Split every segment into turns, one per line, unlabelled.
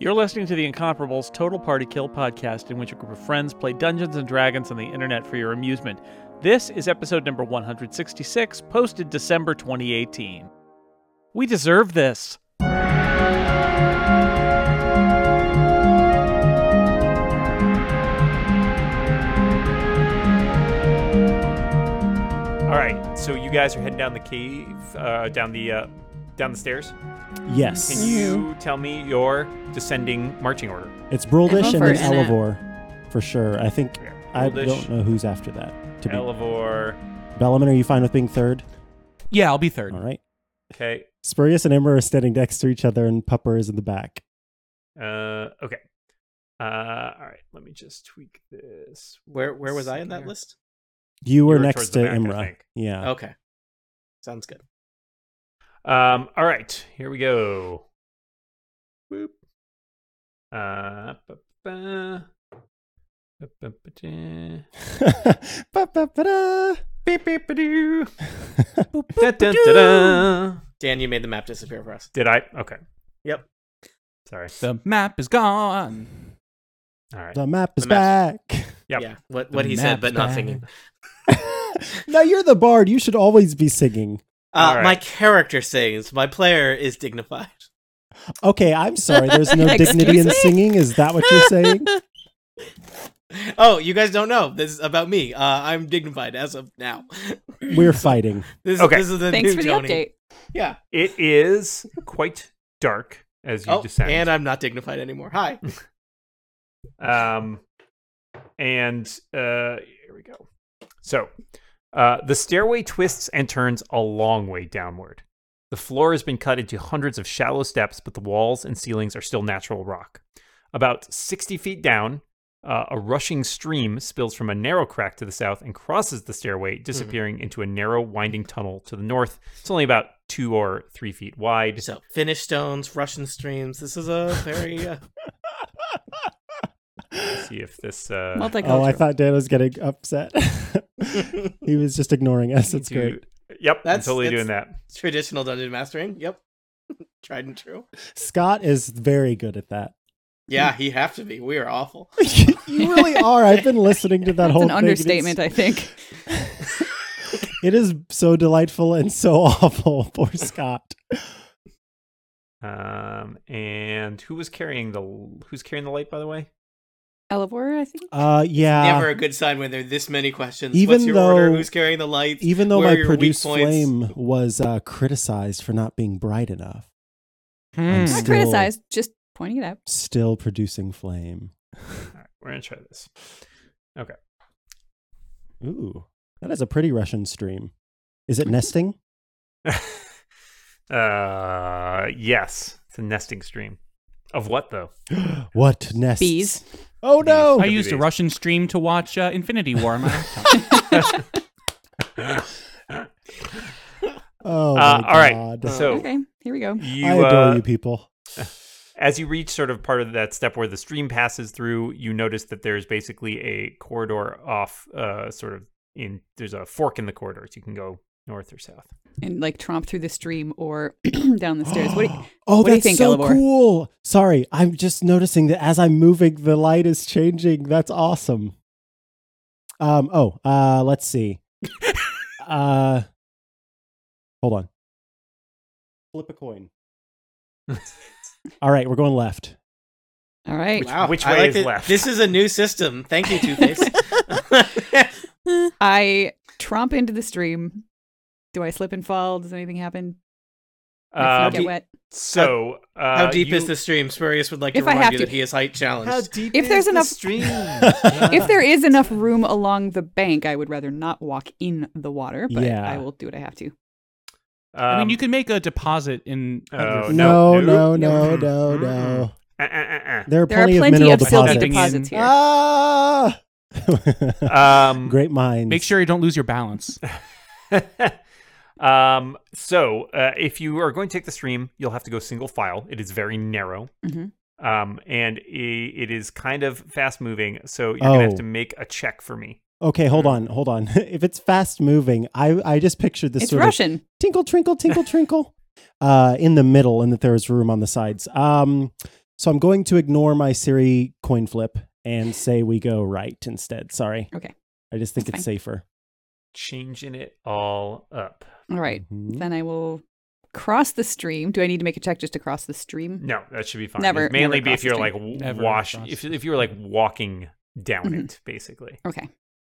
You're listening to the Incomparables Total Party Kill podcast, in which a group of friends play Dungeons and Dragons on the internet for your amusement. This is episode number 166, posted December 2018. We deserve this.
All right, so you guys are heading down the cave, uh, down the uh, down the stairs. Can
Yes.
you tell me your descending marching order?
It's Bruldish
I'm
and then
first.
Elevor, for sure. I think
Yeah.
I
Bruldish.
don't know who's after that. To be
Elevor.
Bellarmine, are you fine with being third?
Yeah, I'll be third.
All right.
Okay.
Spurious and Ember are standing next to each other, and Pupper is in the back.
Uh, okay. Uh, all right. Let me just tweak this.
Where where was I in
Second
that
here.
list?
You were
were
next
towards
to
the back, I
Imra.
think. Oh.
Yeah.
Okay. Sounds good.
Um, all right. Here we go. Boop. Uh, ba-ba. Ba-ba-ba-da.
Ba-ba-ba-da.
Beep-beep-ba-doo. Da-da-da-da.
Dan, you made the map disappear for us.
Did I? Okay.
Yep.
Sorry.
The map is gone.
All right.
the map is
The
back.
Yep.
Yeah. What what
The
he said,
map's
but not
back.
singing.
now you're the bard. You should always be singing.
Uh,
All
My
right.
character sings. My player is dignified.
Okay, I'm sorry. There's no dignity
Excuse
in
me?
singing. Is that what you're saying?
Oh, you guys don't know. This is about me. Uh, I'm dignified as of now.
We're fighting.
This,
Okay.
this is the
Thanks
new
for the
Joni.
update.
Yeah.
It is quite dark as you
Oh,
descend.
and I'm not dignified anymore. Hi.
um, and uh, here we go. So, uh, the stairway twists and turns a long way downward. The floor has been cut into hundreds of shallow steps, but the walls and ceilings are still natural rock. About 60 feet down, uh, a rushing stream spills from a narrow crack to the south and crosses the stairway,
Hmm.
disappearing into a narrow, winding tunnel to the north. It's only about two or three feet wide.
So, Finnish stones, Russian streams. This is a very uh,
see if this. Uh,
Multicultural.
Oh, I thought Dan was getting upset. he was just ignoring us. It's
do-
great.
Yep, I'm
That's-
totally doing that.
traditional dungeon mastering. Yep. Tried and true.
Scott is very good at that.
Yeah, he have to be. We are awful.
you really are. I've been listening to that
That's
whole
an
thing. It is-
understatement, I think.
It is so delightful and so awful. Poor Scott.
Um, and who was carrying the who's carrying the light? By the way,
Elevor, I think.
Uh, yeah.
Never a good sign when there are this many questions.
Even
What's your order?
though-
Who's carrying the lights?
Even though
Where are
my
your
produced
weak points?
flame was uh, criticized for not being bright enough,
Hmm.
Still-
Not criticized, just pointing it out.
still producing flame.
All right, we're gonna try this.
Ooh, that is a pretty Russian stream. Is it nesting?
uh, yes, it's a nesting stream of what though?
what nests?
Bees.
Oh no!
I used a
WBs.
Russian stream to watch uh, Infinity War on my laptop.
Oh,
Uh,
my
all right.
God.
So
Okay, here we go.
you,
I adore
uh,
you people.
as you reach sort of part of that step where the stream passes through, you notice that there's basically a corridor off, uh, sort of in there's a fork in the corridor, so you can go north or south.
And like tromp through the stream or down the stairs. What do you-
oh,
what do you
that's
think,
so
Elevor?
cool. Sorry, I'm just noticing that as I'm moving, the light is changing. That's awesome. Um. Oh. Uh. Let's see. uh. Hold on. Flip a coin. All right, we're going left.
All right.
Wow,
which
I
way
like
is
it.
left?
This is a new system. Thank you, Two Face.
I tromp into the stream. Do I slip and fall? Does anything happen? My
Um,
feet get wet.
so uh,
How deep
you-
is the stream? Spurious would like to
If I
remind
have
you
to-
that he is height challenged.
deep
If there's
the
enough-
stream?
If there is enough room along the bank, I would rather not walk in the water, but
Yeah.
I will do what I have to.
I mean,
Um,
you can make a deposit in.
Oh,
uh,
other-
no.
no, no,
Nope.
no,
Mm-mm.
no, no.
Uh, uh,
There are
There are
plenty,
plenty
mineral
of silver
deposits.
deposits
Dumping in.
here.
Ah!
uh, uh. Um,
Great minds.
Make sure you don't lose your balance.
um, so, uh, if you are going to take the stream, you'll have to go single file. It is very narrow.
Mhm.
Um, and i it is kind of fast moving. So, you're going to
Oh.
have to make a check for me.
Okay,
Hmm.
hold on, hold on. if it's fast moving, I I just pictured this
it's
sort
Russian.
of tinkle, trinkle, tinkle, trinkle, uh, in the middle, and that there was room on the sides. Um, So I'm going to ignore my Siri coin flip and say we go right instead. Sorry.
Okay.
I just think
That's
it's
fine.
safer.
Changing it all up.
All right.
Mhm.
Then I will cross the stream. Do I need to make a check just to cross the stream?
No, that should be fine.
Never-
It'd mainly
never
be if
crosses
you're
me.
like w-
Never
wash
crosses.
if if you were like walking down
Mhm.
it basically.
Okay.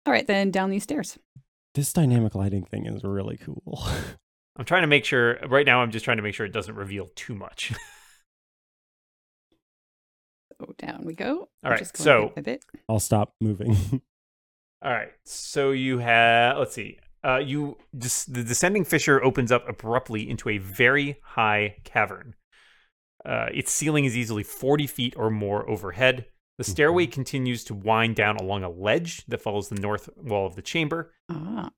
All right, then down these stairs.
This dynamic lighting thing is really cool.
I'm trying to make sure right now I'm just trying to make sure it doesn't reveal too much.
So Oh, down we go.
All
I'm
right,
just going
so-
bit by bit.
I'll stop moving.
All right. So you have let's see. Uh you just the descending fissure opens up abruptly into a very high cavern. Uh its ceiling is easily 40 feet or more overhead. The stairway continues to wind down along a ledge that follows the north wall of the chamber.
Ah,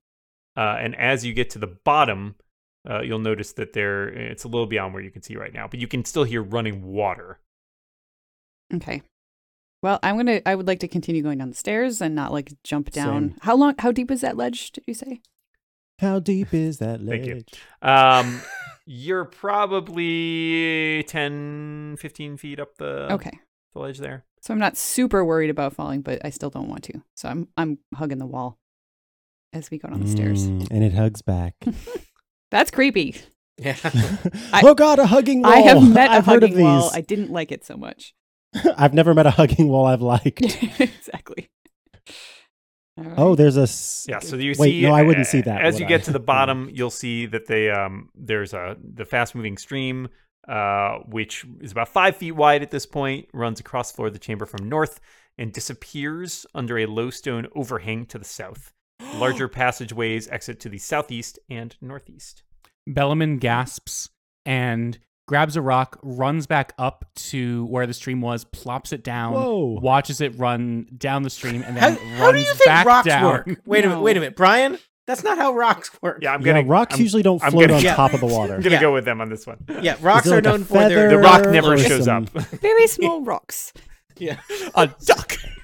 Uh, and as you get to the bottom, uh, you'll notice that there it's a little beyond where you can see right now, but you can still hear running water.
okay. Well, I'm gonna. I would like to continue going down the stairs and not like jump down.
Same.
How long? How deep is that ledge? Did you say?
How deep is that ledge?
Thank you. Um, you're probably 10, 15 feet up
Uh,
the,
okay.
the ledge there.
So I'm not super worried about falling, but I still don't want to. So I'm I'm hugging the wall as we go down the stairs.
Mm, and it hugs back.
That's creepy.
Yeah.
oh God, a hugging wall!
I have met a
I've heard
hugging
of these.
wall. I didn't like it so much.
I've never met a hugging wall I've liked.
exactly. All right.
Oh, there's a s-
Yeah, so you
Wait,
see.
no, I wouldn't see that,
As
would
you get
I?
to the bottom, you'll see that they um there's a the fast moving stream, uh, which is about five feet wide at this point, runs across the floor of the chamber from north and disappears under a low stone overhang to the south. Larger passageways exit to the southeast and northeast.
Bellaman gasps and grabs a rock, runs back up to where the stream was, plops it down,
Whoa.
watches it run down the stream, and
How,
then
how do
runs
you think
back
rocks
down.
work? Wait a minute. Wait a
No.
minute, Brian. That's not how rocks work.
Yeah, I'm
yeah,
gonna
rocks
I'm-
usually don't
I'm
float
gonna-
on
Yeah.
top of the
I'm
water.
gonna
Yeah.
go with them on this one.
Yeah, rocks
there,
are
like, a
known for their
The
feather?
rock
Or-
never
or
shows up.
some-
very small rocks.
Yeah.
A duck.
Uh-huh.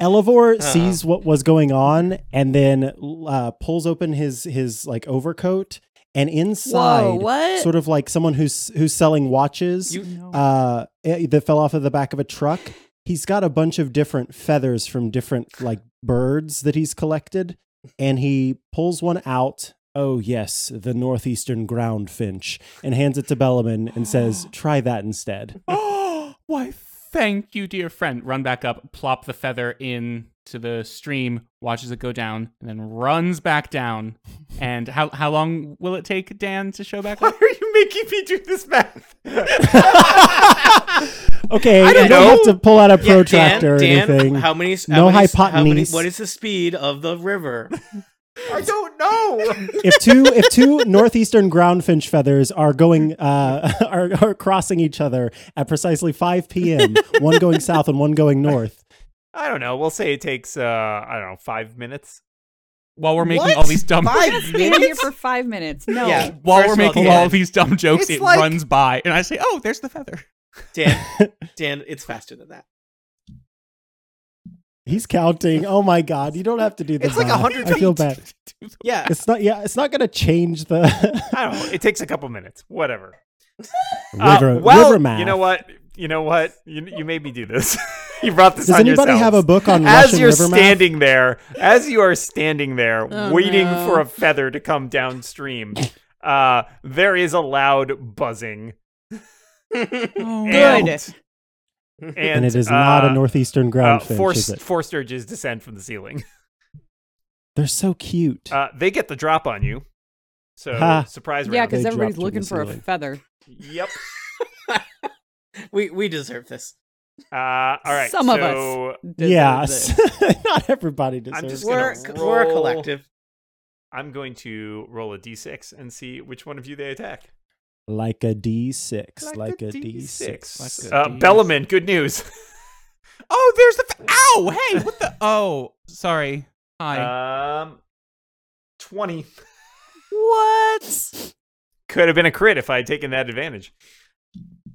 Elevore
Uh-uh.
sees what was going on and then uh, pulls open his his like overcoat and inside,
what?
sort of like someone who's who's selling watches
You-
No.
uh, eh, that fell off of the back of a truck. He's got a bunch of different feathers from different like birds that he's collected, and he pulls one out. Oh yes, the northeastern ground finch, and hands it to Bellaman and says, "Try that instead."
Oh, why? Thank you, dear friend. Run back up, plop the feather in to the stream, watches it go down, and then runs back down. And how how long will it take Dan to show back
Why
up?
are you making me do this math?
Okay,
I don't
you don't have
know.
to pull out a
Yeah,
protractor
Dan,
or anything.
Dan, how many?
No
how many, How many,
hypotenuse.
what is the speed of the river?
I don't know.
if two if two northeastern groundfinch feathers are going uh, are, are crossing each other at precisely 5 p.m. one going south and one going north.
I don't know. We'll say it takes uh I don't know five minutes.
While we're making
What?
all these dumb
Five
Been here
minutes.
for five minutes. No.
Yeah.
while
First
we're
of all,
making
Dan,
all these dumb jokes,
it's
it
like-
runs by, and I say, "Oh, there's the feather."
Dan, Dan, it's faster than that.
He's counting. Oh my god, you don't have to do this.
It's like
math.
100
I feel bad.
Yeah.
It's not yeah, it's not going to change the
I don't know. It takes a couple minutes. Whatever. Uh,
river,
well,
river math.
you know what? You know what? You, you made me do this. you brought this
Does
on
anybody
yourselves.
have a book on
as
Russian
you're
river math?
standing there, as you are standing there,
Oh,
waiting
no.
for a feather to come downstream, uh, there is a loud buzzing.
Oh. Good.
And, and,
and it is not
uh,
a northeastern
Uh,
groundfinch,
four,
is it?
four sturges descend from the ceiling.
They're so cute.
Uh, they get the drop on you. So
Ha.
surprise
Yeah,
round.
because
They
everybody's
dropped it in
looking
the
for a
ceiling.
feather.
Yep.
We we deserve this.
Uh, all right.
Some of us.
so
yeah,
Deserves it.
not everybody deserves.
I'm just
it.
gonna
We're we're a
roll-
collective.
I'm going to roll a d6 and see which one of you they attack.
like a d6, like, a d6.
D6. Like a
Uh,
D6.
Bellaman, good news.
Oh, there's the. Fe- Ow! Hey, what the? Oh, sorry.
Uh,
Hi.
Um, 20.
What?
Could have been a crit if I had taken that advantage.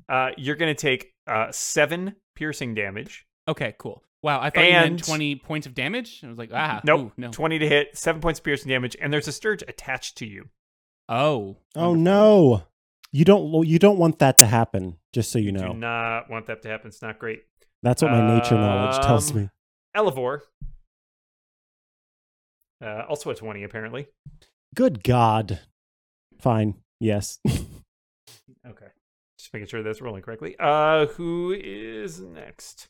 Uh, you're going to take uh, seven piercing damage.
okay, cool. Wow, I thought you
and-
meant twenty points of damage. I was like, ah,
nope.
ooh, no.
20 to hit, seven points of piercing damage, and there's a Sturge attached to you.
Oh,
Oh no. You don't lo- you don't want that to happen. Just so you
Do
know,
not want that to happen. It's not great.
that's what my nature knowledge tells
Um,
me.
Elevore. Uh, also a 20, apparently.
Good God. Fine. Yes.
Okay. Just making sure that's rolling correctly. Uh, who is next?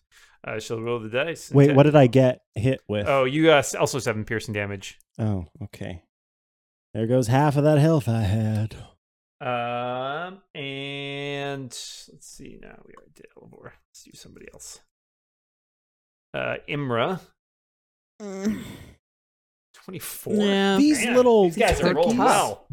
Uh, she'll roll the dice. and
Wait,
ta-
what did I get hit with?
Oh, you got s- also seven piercing damage.
Oh, okay. There goes half of that health I had.
Um, and let's see. Now we already did Elevore. Let's do somebody else. Uh, Imra, twenty-four.
Yeah.
These
Man,
little
these guys are rolling
turkeys.
well.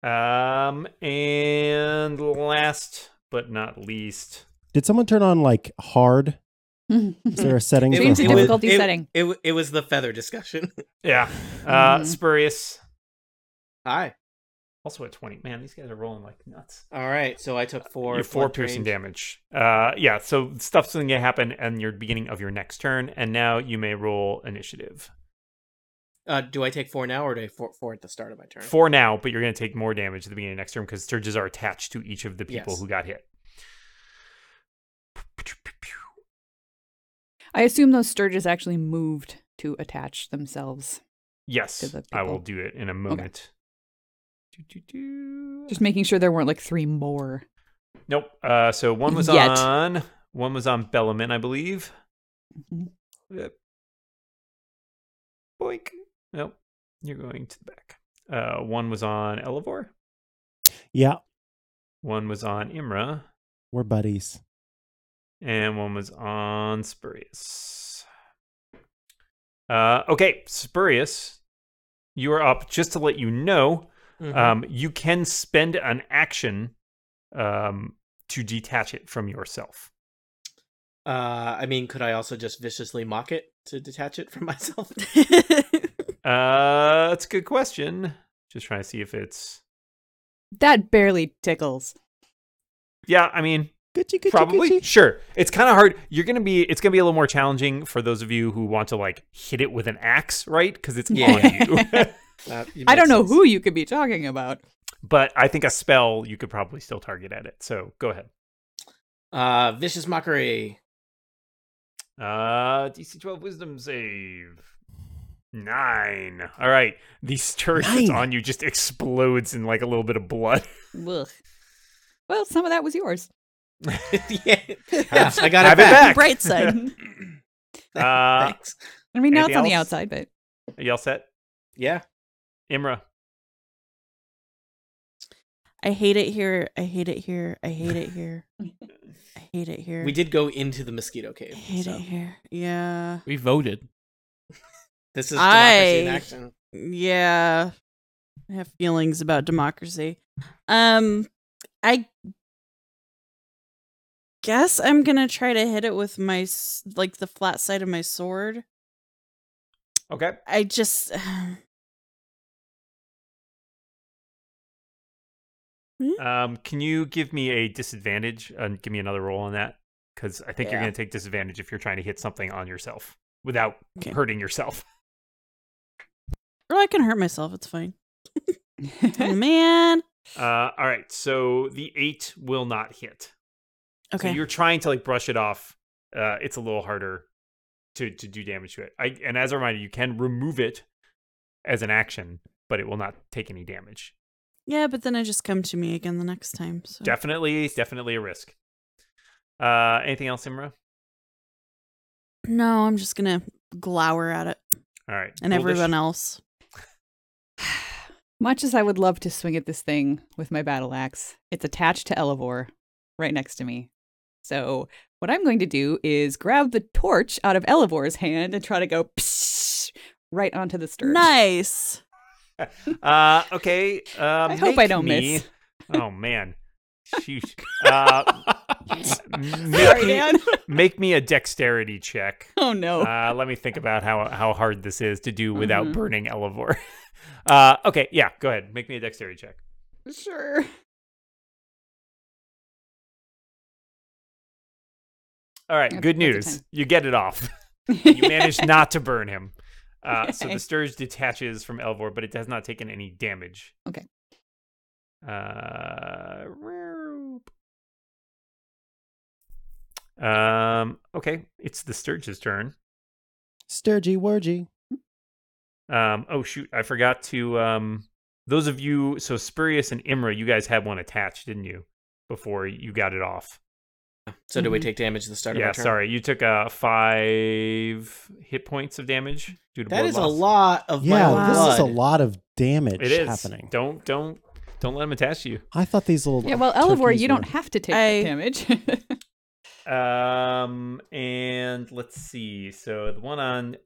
Um, and last but not least,
Did someone turn on like hard? Is
Hmm.
there a setting
Change
for
the
hard?
difficult- difficulty
was,
setting.
It, wa- it was the feather discussion.
yeah, uh,
Mm-hmm.
Mhm.
Spurious,
Hi.
also at twenty. Man, these guys are rolling like nuts.
All right. So I took four.
Your four
blood
piercing
drain.
damage. Uh, yeah. So stuff's going to happen and your beginning of your next turn, and now you may roll initiative.
Uh, do I take four now or do I four, four at the start of my turn?
Four now, but you're going to take more damage at the beginning of next turn because surges are attached to each of the people
Yes.
who got hit.
I assume those sturges actually moved to attach themselves.
Yes,
the
I will
people.
do it in a moment. Do, do, do.
Just making sure there weren't like three more.
Nope. Uh, so one was
Yet.
on one was on Bellamin, I believe.
Mhm.
Yep. Boink. Nope. You're going to the back. Uh, one was on Elevor.
Yeah,
One was on Imra,
we're buddies.
and one was on Spurious. Uh, okay, Spurious, you are up. Just to let you know,
Mhm.
um, you can spend an action um, to detach it from yourself.
Uh, I mean, could I also just viciously mock it to detach it from myself?
Uh, that's a good question. Just trying to see if it's.
That barely tickles.
Yeah, I mean,
Gucci, gucci,
probably
gucci.
sure. It's kind of hard. You're gonna be. It's gonna be a little more challenging for those of you who want to like hit it with an axe, right? Because it's
Yeah.
on you.
Uh, it
I don't
makes
know
sense.
who you could be talking about.
but I think a spell you could probably still target at it. So go ahead.
Uh, vicious mockery.
Uh, DC 12 Wisdom save. Nine. All right. The sturge that's
Nine.
on you just explodes in like a little bit of blood.
Ugh. Well, some of that was yours.
yeah. yeah, I got it
Have it back.
back.
Bright side.
Uh,
Thanks.
I mean, now it's
Anything
on the
else?
outside, but
Are y'all set?
Yeah.
Imra.
I hate it here. I hate it here. I hate it here. I hate it here.
We did go into the mosquito
I
cave.
hate
so
it here. Yeah.
We voted.
This is democracy in
I-
action.
Yeah. I have feelings about democracy. Um I guess I'm going to try to hit it with my s- like the flat side of my sword.
Okay.
I just
Um, can you give me a disadvantage and give me another roll on that? Because I think you're
Yeah.
going to take disadvantage if you're trying to hit something on yourself without
Okay.
hurting yourself.
or I can hurt myself. It's fine. Oh, man.
Uh, all right. So the eight will not hit. So
Okay.
you're trying to like brush it off. Uh, it's a little harder to to do damage to it. I, and as a reminder, you can remove it as an action, but it will not take any damage.
yeah, but then it just come to me again the next time. So
Definitely, definitely a risk. Uh, anything else, Imra?
No, I'm just going to glower at it
All right.
and
Roll this-
everyone else.
Much as I would love to swing at this thing with my battle axe, it's attached to Elevor right next to me. So, what I'm going to do is grab the torch out of Elevor's hand and try to go psh, right onto the sturge.
Nice.
Uh, okay. Uh,
I hope I
make
don't
me-
miss.
Oh man. Shoot. Uh, make,
Sorry,
me,
Dan.
make me a dexterity check.
Oh, no.
Uh, let me think about how how hard this is to do without
Mhm.
burning Elevor. Uh, okay, yeah, go ahead. Make me a dexterity check.
sure.
All right,
That's-
good
that's a
news.
10.
You get it off. you managed not to burn him. Uh, so
Yay.
the Sturge detaches from Elvor, but it has not taken any damage. Uh, um. Okay, it's the Sturge's turn.
Sturgy Wurgy.
Um, oh shoot, I forgot to um those of you so Spurious and Imra, you guys had one attached, didn't you? Before you got it off.
So do we take damage at the start of
yeah,
our turn?
sorry. You took uh five hit points of damage due to
That
blood
is
loss.
a lot of
Yeah,
my
Wow.
this is a
blood.
lot of damage
It is
happening.
Don't don't don't let them attach you.
I thought these little
Yeah, well, Elevore,
turkeys
you don't
would-
have to take
I-
the damage.
Um and let's see. So the one on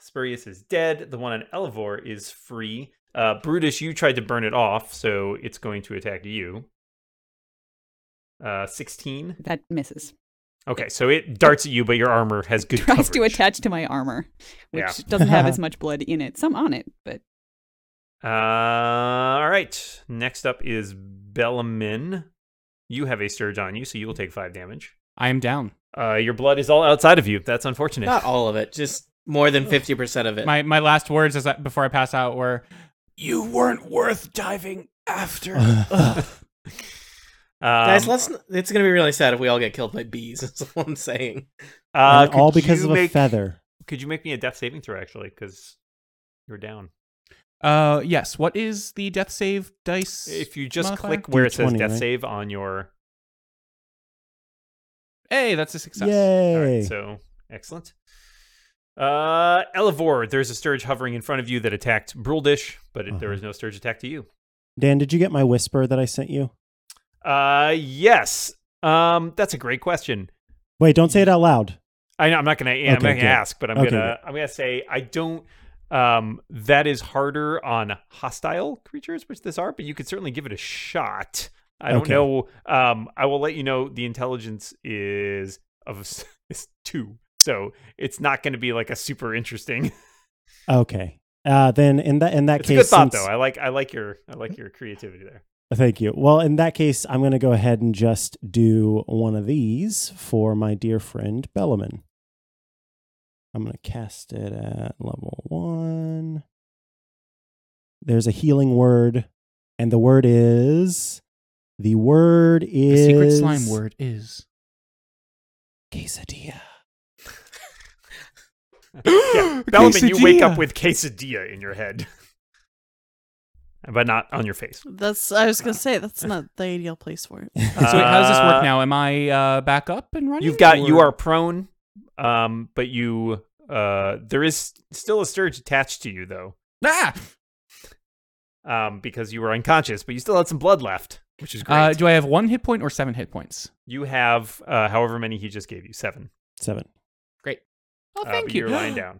Spurious is dead, the one on Elevor is free. Uh Brutus, you tried to burn it off, so it's going to attack you. Uh 16.
that misses.
Okay, so it darts at you, but your armor has good
Tries to
coverage.
attach to my armor, which
Yeah.
doesn't have as much blood in it. Some on it, but
Uh, all right. Next up is Bellamin. You have a surge on you, so you will take five damage.
I am down.
Uh, your blood is all outside of you. That's unfortunate.
Not all of it, just more than fifty percent of it.
My my last words as I, before I pass out were, "You weren't worth diving after." Ugh.
Um,
Guys, let's. It's gonna be really sad if we all get killed by bees. That's what I'm saying.
uh,
And all
could
because
you
of a
make-
feather.
Could you make me a death saving throw, actually? Because you're down.
uh, yes. What is the death save dice?
If you just
modifier?
click where it says
D20,
death
right?
save on your.
hey, that's a success.
All
Yay!
right, so excellent. Uh, Elevor, there's a Sturge hovering in front of you that attacked Bruldish, but it, there
Uh-huh.
was no Sturge attack to you.
Dan, did you get my whisper that I sent you?
Uh, yes. Um, that's a great question.
Wait, don't say it out loud.
I know I'm not gonna. I'm not
Okay,
gonna
good.
ask, but I'm
Okay,
gonna. I'm gonna say I don't. Um, that is harder on hostile creatures, which this are, but you could certainly give it a shot. I don't
Okay.
know. Um, I will let you know. The intelligence is of s- is two, so it's not going to be like a super interesting.
Okay. Uh, then in that in that
It's a
case,
good thought,
since-
though. I like. I like your. I like your creativity there.
Thank you. Well, in that case, I'm going to go ahead and just do one of these for my dear friend Bellaman. I'm going to cast it at level one. There's a healing word, and the word is. The word
The
is.
secret slime word is
Quesadilla.
yeah. Bellaman, you wake up
Quesadilla.
with quesadilla in your head, but not on your face.
That's I was gonna say that's not the ideal place for it.
So wait, how does this
Uh,
work now? Am I uh, back up and running?
You've got you
or-
are prone, um, but you uh, there is still a sturge attached to you though,
Ah!
um, because you were unconscious, but you still had some blood left, which is great.
Uh, do I have one hit point or seven hit points?
you have uh, however many he just gave you, seven.
Seven.
Oh,
uh,
thank
but
you.
You're lying down.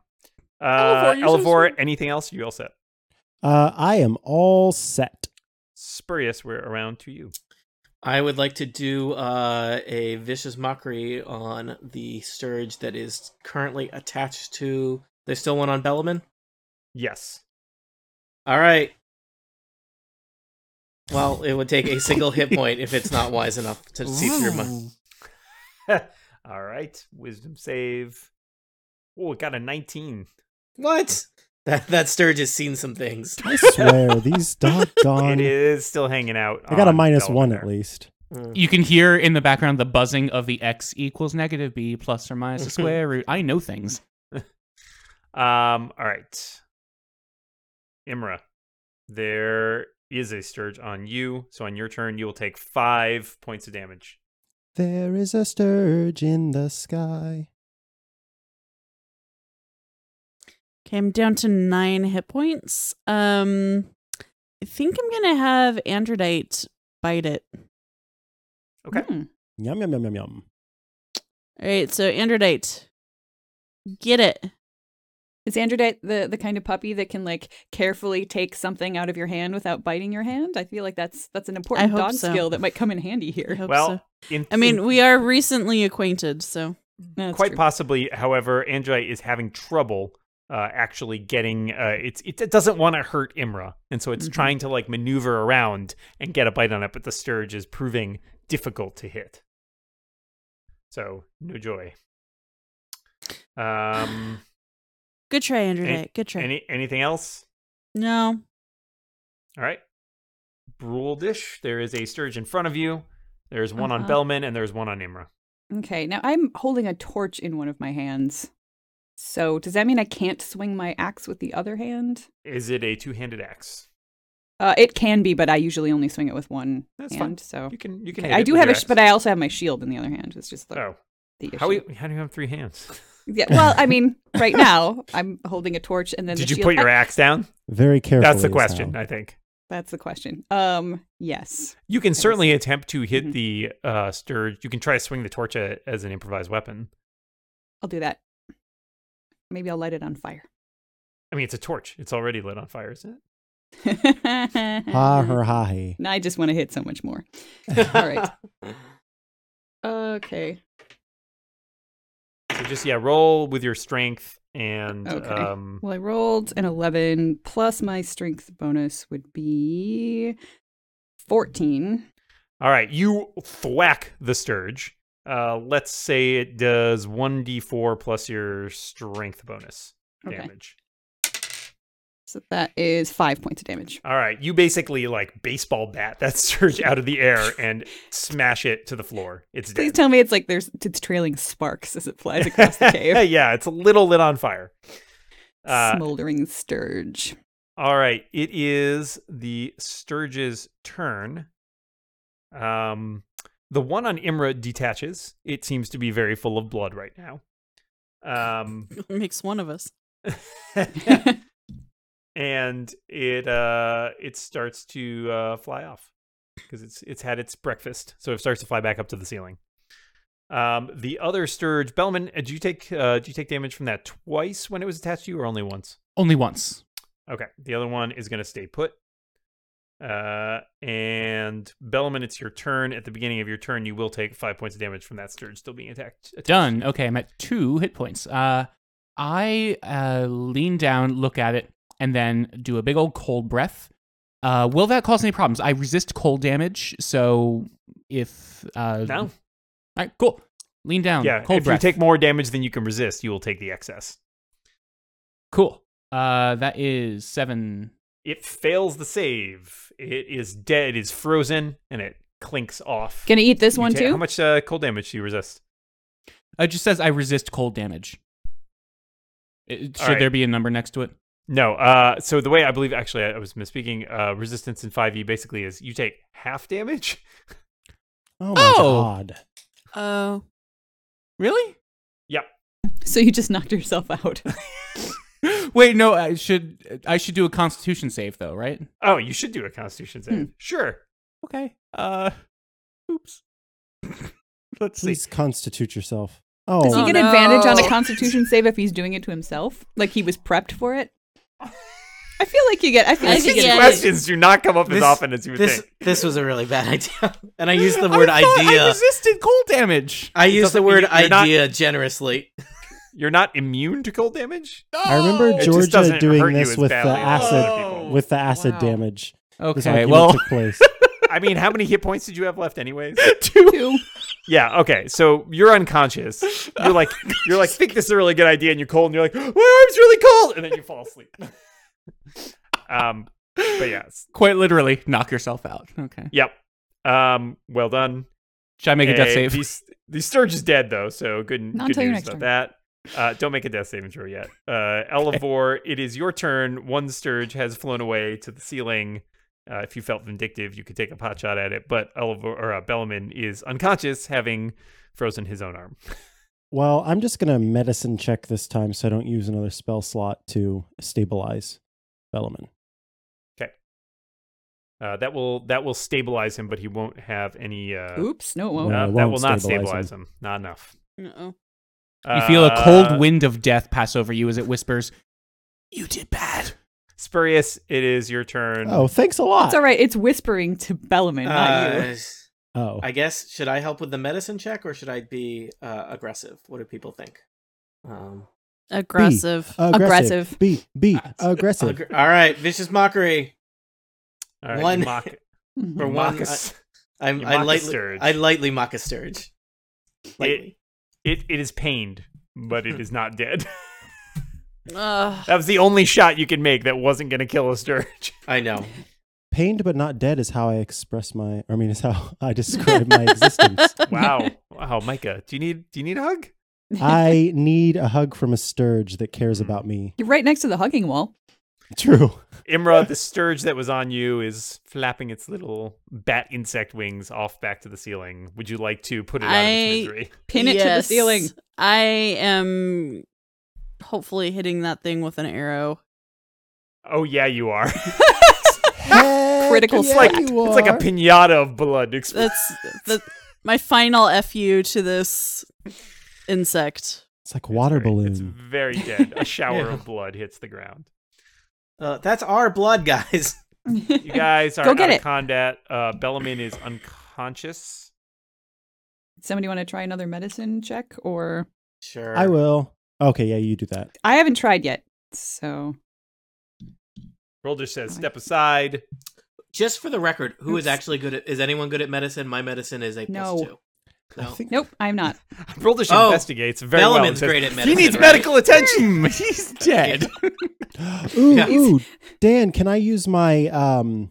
Uh,
Elevore, you're so
Elevor,
sweet.
anything else? You all set?
Uh, I am all set.
Spurious, we're around to you.
I would like to do uh, a vicious mockery on the Sturge that is currently attached to. There's still one on Bellaman?
Yes.
All right. Well, it would take a single hit point if it's not wise enough to see through my.
All right. Wisdom save. Oh, it got a 19.
What? That, that Sturge has seen some things.
I swear, these
It
doggone.
is still hanging out.
I got a
on
minus one
Belvedere.
at least.
Mm.
You can hear in the background the buzzing of the x equals negative b plus or minus the square root. I know things.
Um, all right. Imra, there is a sturge on you, so on your turn you will take five points of damage.
There is a sturge in the sky.
Okay, I'm down to nine hit points. Um, I think I'm gonna have Androdite bite it.
Okay.
Hmm.
Yum, yum, yum, yum, yum.
All right, so Androdite, get it.
Is Androdite the, the kind of puppy that can like carefully take something out of your hand without biting your hand? I feel like that's that's an important
hope
dog
so.
skill that might come in handy
I
here.
hope
well,
so.
in,
I mean,
in-
we are recently acquainted, so
No, that's
quite
true.
possibly, however, Andrei is having trouble uh, actually getting. Uh, it's it, it doesn't want to hurt Imra, and so
Mm-hmm.
it's
Mhm.
trying to like maneuver around and get a bite on it, but the sturge is proving difficult to hit. So no joy. Um,
good try, Androdite. Good try.
any anything else?
no,
All right. Brule dish. There is a Sturge in front of you. There's one on
Uh-huh.
Bellman, and there's one on Imra.
Okay, now I'm holding a torch in one of my hands. So does that mean I can't swing my axe with the other hand?
Is it a two-handed axe?
Uh, it can be, but I usually only swing it with one
That's fine.
hand. So
You can you can.
okay.
hit
I
it
do
with
have a,
your
sh-
axe.
but I also have my shield in the other hand. It's just like
oh,
the issue.
how you how do you have three hands?
yeah. Well, I mean, right now I'm holding a torch, and then
Did
the
you
shield-
put your
I-
axe down?
Very carefully.
That's the
is
question.
how.
I think
That's the question. Um, yes.
you can
Yes.
certainly attempt to hit
Mhm.
the uh, Sturge. You can try to swing the torch a, as an improvised weapon.
I'll do that. Maybe I'll light it on fire.
I mean, it's a torch. It's already lit on fire, isn't it?
Ha her ha he.
I just want to hit so much more. All right. Okay.
So just yeah, roll with your strength and
Okay.
um
Well, I rolled an 11 plus my strength bonus would be 14.
all right, you thwack the Sturge. Uh let's say it does 1d4 plus your strength bonus
Okay.
damage.
So that is five points of damage.
All right, you basically like baseball bat that Sturge out of the air and smash it to the floor. It's
Please
dead.
tell me it's like there's it's trailing sparks as it flies across the cave.
yeah, it's a little lit on fire. Uh,
Smoldering Sturge.
All right, it is the Sturge's turn. Um, the one on Imra detaches. It seems to be very full of blood right now. Um,
Makes one of us.
and it uh, it starts to uh, fly off because it's it's had its breakfast, so it starts to fly back up to the ceiling. Um, the other Sturge, Bellman, uh, did you take uh, did you take damage from that twice when it was attached to you, or only once?
Only once.
Okay. The other one is going to stay put. Uh, and Bellman, it's your turn. At the beginning of your turn, you will take five points of damage from that Sturge still being attacked. attached.
Done. Okay, I'm at two hit points. Uh, I uh, lean down, look at it, and then do a big old cold breath. Uh, will that cause any problems? I resist cold damage, so if uh,
No.
all right, cool. Lean down.
Yeah.
um, cold
if
breath.
you take more damage than you can resist, you will take the excess.
cool. Uh, that is seven.
It fails the save. It is dead. It is frozen, and it clinks off.
Gonna eat this
You
one
ta-
too?
How much uh, cold damage do you resist?
It just says I resist cold damage. It,
All
should
right.
there be a number next to it?
No. Uh, so the way I believe, actually, I, I was misspeaking. Uh, resistance in 5e basically is you take half damage.
Oh my
Oh!
god.
Oh,
Really?
So you just knocked yourself out.
Wait, no. I should I should do a Constitution save though, right?
Oh, you should do a Constitution save.
Hmm.
Sure.
Okay. Uh, oops. Let's see.
Please constitute yourself. Oh,
Does he
Oh,
get advantage on a
no.
constitution save if he's doing it to himself? Like he was prepped for it? I feel like you get I feel
I
like you
think
get
he
advantage.
has-
questions do not come up as
This-
often as you would
this
think.
this was a really bad idea, and I used the word
I thought I
idea.
resisted cold damage.
I used the
doesn't-
word
you're not-
idea generously.
You're not immune to cold damage.
I remember
Oh! It just
Georgia
doesn't hurt
doing
you
this
as
with the
badly Oh! as
acid
other people.
with the acid
Wow.
damage. This
Okay.
argument
Well,
took place.
I mean, how many hit points did you have left, anyways?
Two.
yeah. Okay. So you're unconscious. You're like, you're like, think this is a really good idea, and you're cold, and you're like, my arm's really cold, and then you fall asleep. um. But yes.
quite literally, knock yourself out. Okay.
Yep. Um. Well done.
Should I make a death
Eh,
save?
these- The Sturge is dead though, so good,
Not
good
until your
news
next
about that. Uh, don't make a death saving throw yet. Uh, Elivor, it is your turn. One Sturge has flown away to the ceiling. Uh, if you felt vindictive, you could take a pot shot at it, but Elivor or uh, Bellman is unconscious, having frozen his own arm.
Well, I'm just gonna medicine check this time, so I don't use another spell slot to stabilize Bellman.
Uh, that will that will stabilize him, but he won't have any. Uh,
Oops. No, it
uh,
won't.
No, it
that
won't
will not
stabilize
stabilize him. Not enough.
no.
you feel a cold
Uh,
wind of death pass over you as it whispers, "You did bad."
Spurious, it is your turn.
Oh, thanks a lot.
It's all right. It's whispering to Bellamin, not you.
Uh,
Oh,
I guess should I help with the medicine check or should I be uh, aggressive? What do people think? Um,
aggressive.
Aggressive.
B B
Uh,
aggressive.
aggr- all right, vicious mockery.
All right,
one-
Mock,
Hmm.
For one, uh,
Marcus.
I, I'm,
You
I
mock a
lightly,
sturge.
I lightly mock a sturge. Lightly.
It it is pained, but it is not dead.
Ugh.
that was the only shot you could make that wasn't going to kill a sturge.
I know.
pained but not dead is how I express my. I mean, is how I describe my existence.
Wow. wow, Micah. Do you need do you need a hug?
I need a hug from a sturge that cares
Hmm.
about me.
You're right next to the hugging wall.
True.
Imra, the sturge that was on you is flapping its little bat insect wings off back to the ceiling. Would you like to put it out of
I-
its misery?
Pin it to the
Yes.
ceiling.
I am hopefully hitting that thing with an arrow.
Oh yeah, you are.
Critical
Heck yeah,
It's like it's
you
like a
are.
pinata of blood. Ex-
That's the, my final fu to this insect.
It's like water
It's very-
balloon.
It's very dead. A shower
Yeah.
of blood hits the ground.
Uh, that's our blood, guys.
You guys are
Go get
out of
it.
combat. Uh, Bellamin is unconscious.
Somebody want to try another medicine check or
Sure.
I will. Okay, yeah, you do that.
I haven't tried yet. So
Rolder says,
Fine.
"Step aside."
Just for the record, who is
Oops.
actually good at? Is anyone good at medicine? My medicine is a plus
No.
two.
I
No.
think
nope, I'm not.
Roldish
Oh,
investigates very well. and
Bellamin's
says,
great at
He
medicine,
needs
right?"
medical attention.
He's dead.
ooh,
Yeah.
ooh, Dan, can I use my um,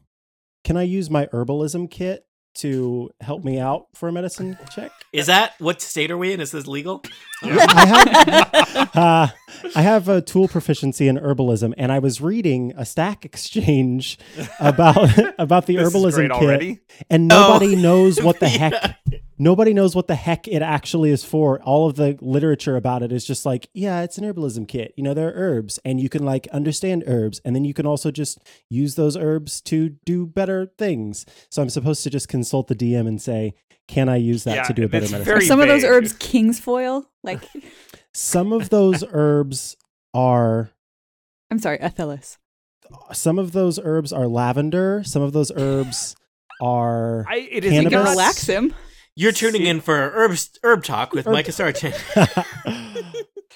can I use my herbalism kit to help me out for a medicine check?
Is that what state are we in? Is this legal?
Yeah, I have uh, I have a tool proficiency in herbalism, and I was reading a stack exchange about about the
This is
herbalism
great
kit,
already.
and
Oh.
nobody knows what the
Yeah.
heck. Nobody knows what the heck it actually is for. All of the literature about it is just like, yeah, it's an herbalism kit. You know, there are herbs, and you can like understand herbs, and then you can also just use those herbs to do better things. So I'm supposed to just consult the DM and say, can I use that
Yeah,
to do a better
it's
medicine?
Are
Very
some of those
vague.
herbs Kingsfoil? Like
Some of those herbs are
I'm sorry, Athelis.
some of those herbs are lavender. Some of those herbs are
I, it
You
Cannabis?
can
not-
relax him.
You're tuning in for herb herb talk with
Herb-
Micah Sargent.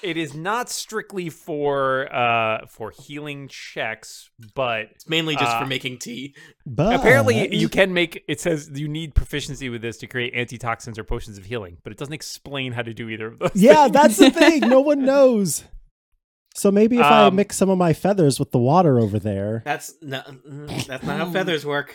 It is not strictly for uh for healing checks, but
It's mainly just
Uh,
for making tea.
but
apparently you can make. It says you need proficiency with this to create antitoxins or potions of healing, but it doesn't explain how to do either of those.
Yeah, that's the thing. No one knows. So maybe if I
Um,
mix some of my feathers with the water over there,
That's not. mm, That's not how feathers work.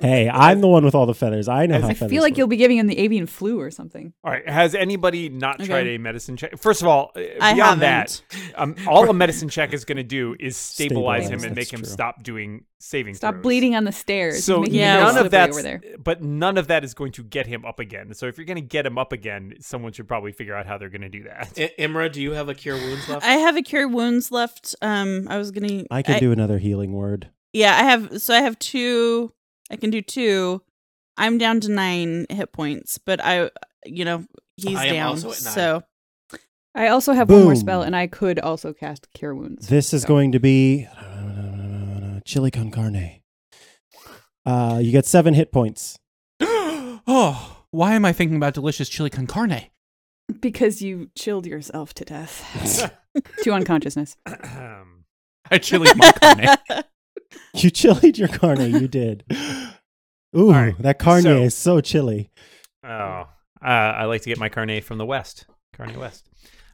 hey, I'm the one with all the feathers. I know
As-
how
I
I
feathers.
feel like
work.
you'll be giving him the avian flu or something.
All right. Has anybody not
Okay.
tried a medicine check? First of all, uh,
I
beyond that,
haven't.
um, all a medicine check is going to do is stabilize,
Stabilize,
him and
that's
make him
true.
stop doing saving.
Stop
throws.
bleeding on the stairs.
So
Making him
yeah,
go
none of
slippery
that,
over there.
but none of that is going to get him up again. So if you're going to get him up again, someone should probably figure out how they're going to do that.
I- Imra, do you have a cure wounds left?
I have a cure wounds left. Um, I was gonna.
I can do another healing word.
Yeah, I have. So I have two. I can do two. I'm down to nine hit points, but I, you know, he's
I am
down.
also at nine.
So
I also have one more
Boom.
spell, and I could also cast Cure Wounds.
This is
So-
going to be chili con carne. Uh, you get seven hit points.
oh, why am I thinking about delicious chili con carne?
because you chilled yourself to death to unconsciousness.
Ahem.
I chili my carne.
You chillied your carne. You did. Ooh,
right,
that carne
so-
is so chilly.
oh, uh, I like to get my carne from the west, carne west.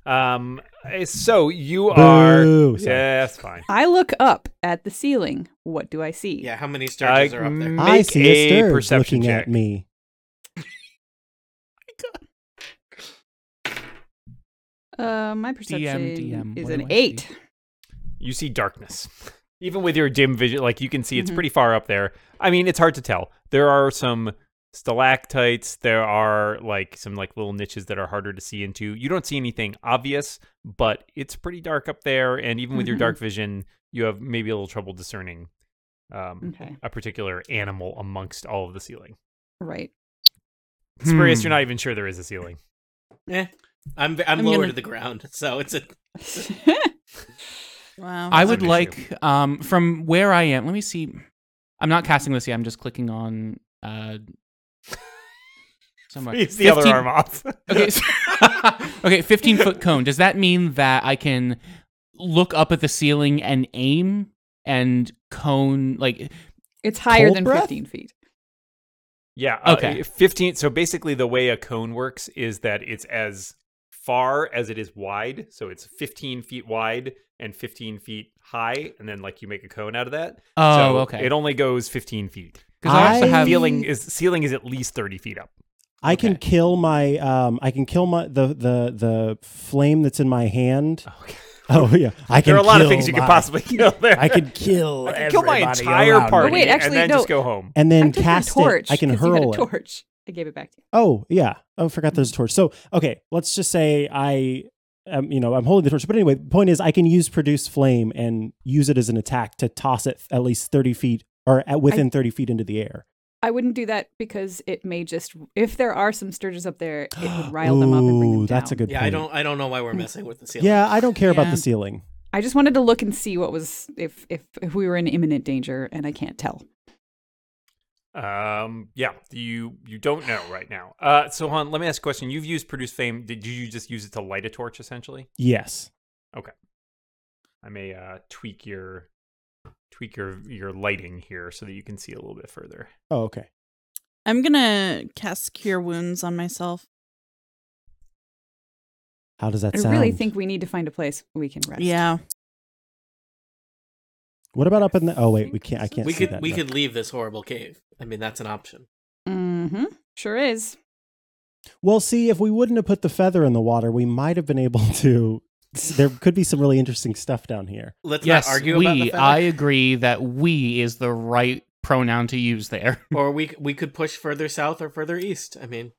Um, eh, so you are.
Boo, sorry.
yeah, that's fine.
I look up at the ceiling. What do I see?
yeah. How many starches
I-
are up there?
mm.
I
Make
see a,
a
sturge
perception
looking
check.
at me.
Uh, my perception
DM,
is
what
an
do I see?
eight.
You see darkness. Even with your dim vision, like you can see, it's
Mm-hmm.
Mhm.
pretty far up there. I mean, it's hard to tell. There are some stalactites. There are like some like little niches that are harder to see into. You don't see anything obvious, but it's pretty dark up there. And even with your
Mm-hmm.
Mhm.
dark vision, you have maybe a little trouble discerning um,
Okay,
a particular animal amongst all of the ceiling.
right.
Spurious, you're
Hmm.
not even sure there is a ceiling.
Eh, I'm I'm,
I'm
lower
gonna-
to the ground, so it's a.
wow.
I
It's
would
an
like, um, from where I am, let me see. I'm not casting this yet. I'm just clicking on uh, somewhere.
It's the other
15
arm off.
Okay, so- okay, 15 foot cone. Does that mean that I can look up at the ceiling and aim and cone? Like,
It's higher
Cold
than
breath?
fifteen feet.
Yeah. uh,
Okay.
15. So basically, the way a cone works is that it's as far as it is wide. So it's 15 feet wide and 15 feet high, and then like you make a cone out of that.
Oh,
so
okay.
It only goes 15 feet.
'Cause I also
I-
have
Ceiling is ceiling is at least 30 feet up.
I can
Okay.
kill my um I can kill my the the the flame that's in my hand.
Okay.
Oh yeah. I can
there are a lot of
kill
things you
my-
could possibly kill there.
I could kill
I could kill my
everybody
entire
around
party
me.
Oh, wait,
and
actually,
then
no.
just go home.
and then
I'm taking a
cast
torch
it. I can
'cause you had
hurl
a
it.
torch. I gave it back to you.
Oh yeah. Oh, forgot there's a torch. So okay, let's just say I, um, you know, I'm holding the torch. But anyway, the point is, I can use produce flame and use it as an attack to toss it at least thirty feet or at within thirty feet into the air.
I wouldn't do that because it may just if there are some sturges up there, it would rile them up and bring them
Ooh, that's a
down.
good.
Yeah,
point.
I don't I don't know why we're messing with the ceiling.
Yeah, I don't care about
Yeah.
the ceiling.
I just wanted to look and see what was if if if we were in imminent danger, and I can't tell.
Um, yeah, you you don't know right now. Uh, so Han, let me ask a question. You've used produce flame. Did you just use it to light a torch essentially?
Yes.
I may uh, tweak your tweak your your lighting here so that you can see a little bit further.
Oh, okay.
I'm gonna cast Cure Wounds on myself.
How does that
I
sound?
really think we need to find a place we can rest.
Yeah.
What about up in the? Oh wait, we can't. I can't.
we
see
could
that
we
now.
could leave this horrible cave. I mean, that's an option.
Mm-hmm. Sure is.
Well, see, if we wouldn't have put the feather in the water, we might have been able to. There could be some really interesting stuff down here.
Let's
yes,
not argue
we.
about the feather.
I agree that "we" is the right pronoun to use there.
Or we we could push further south or further east. I mean,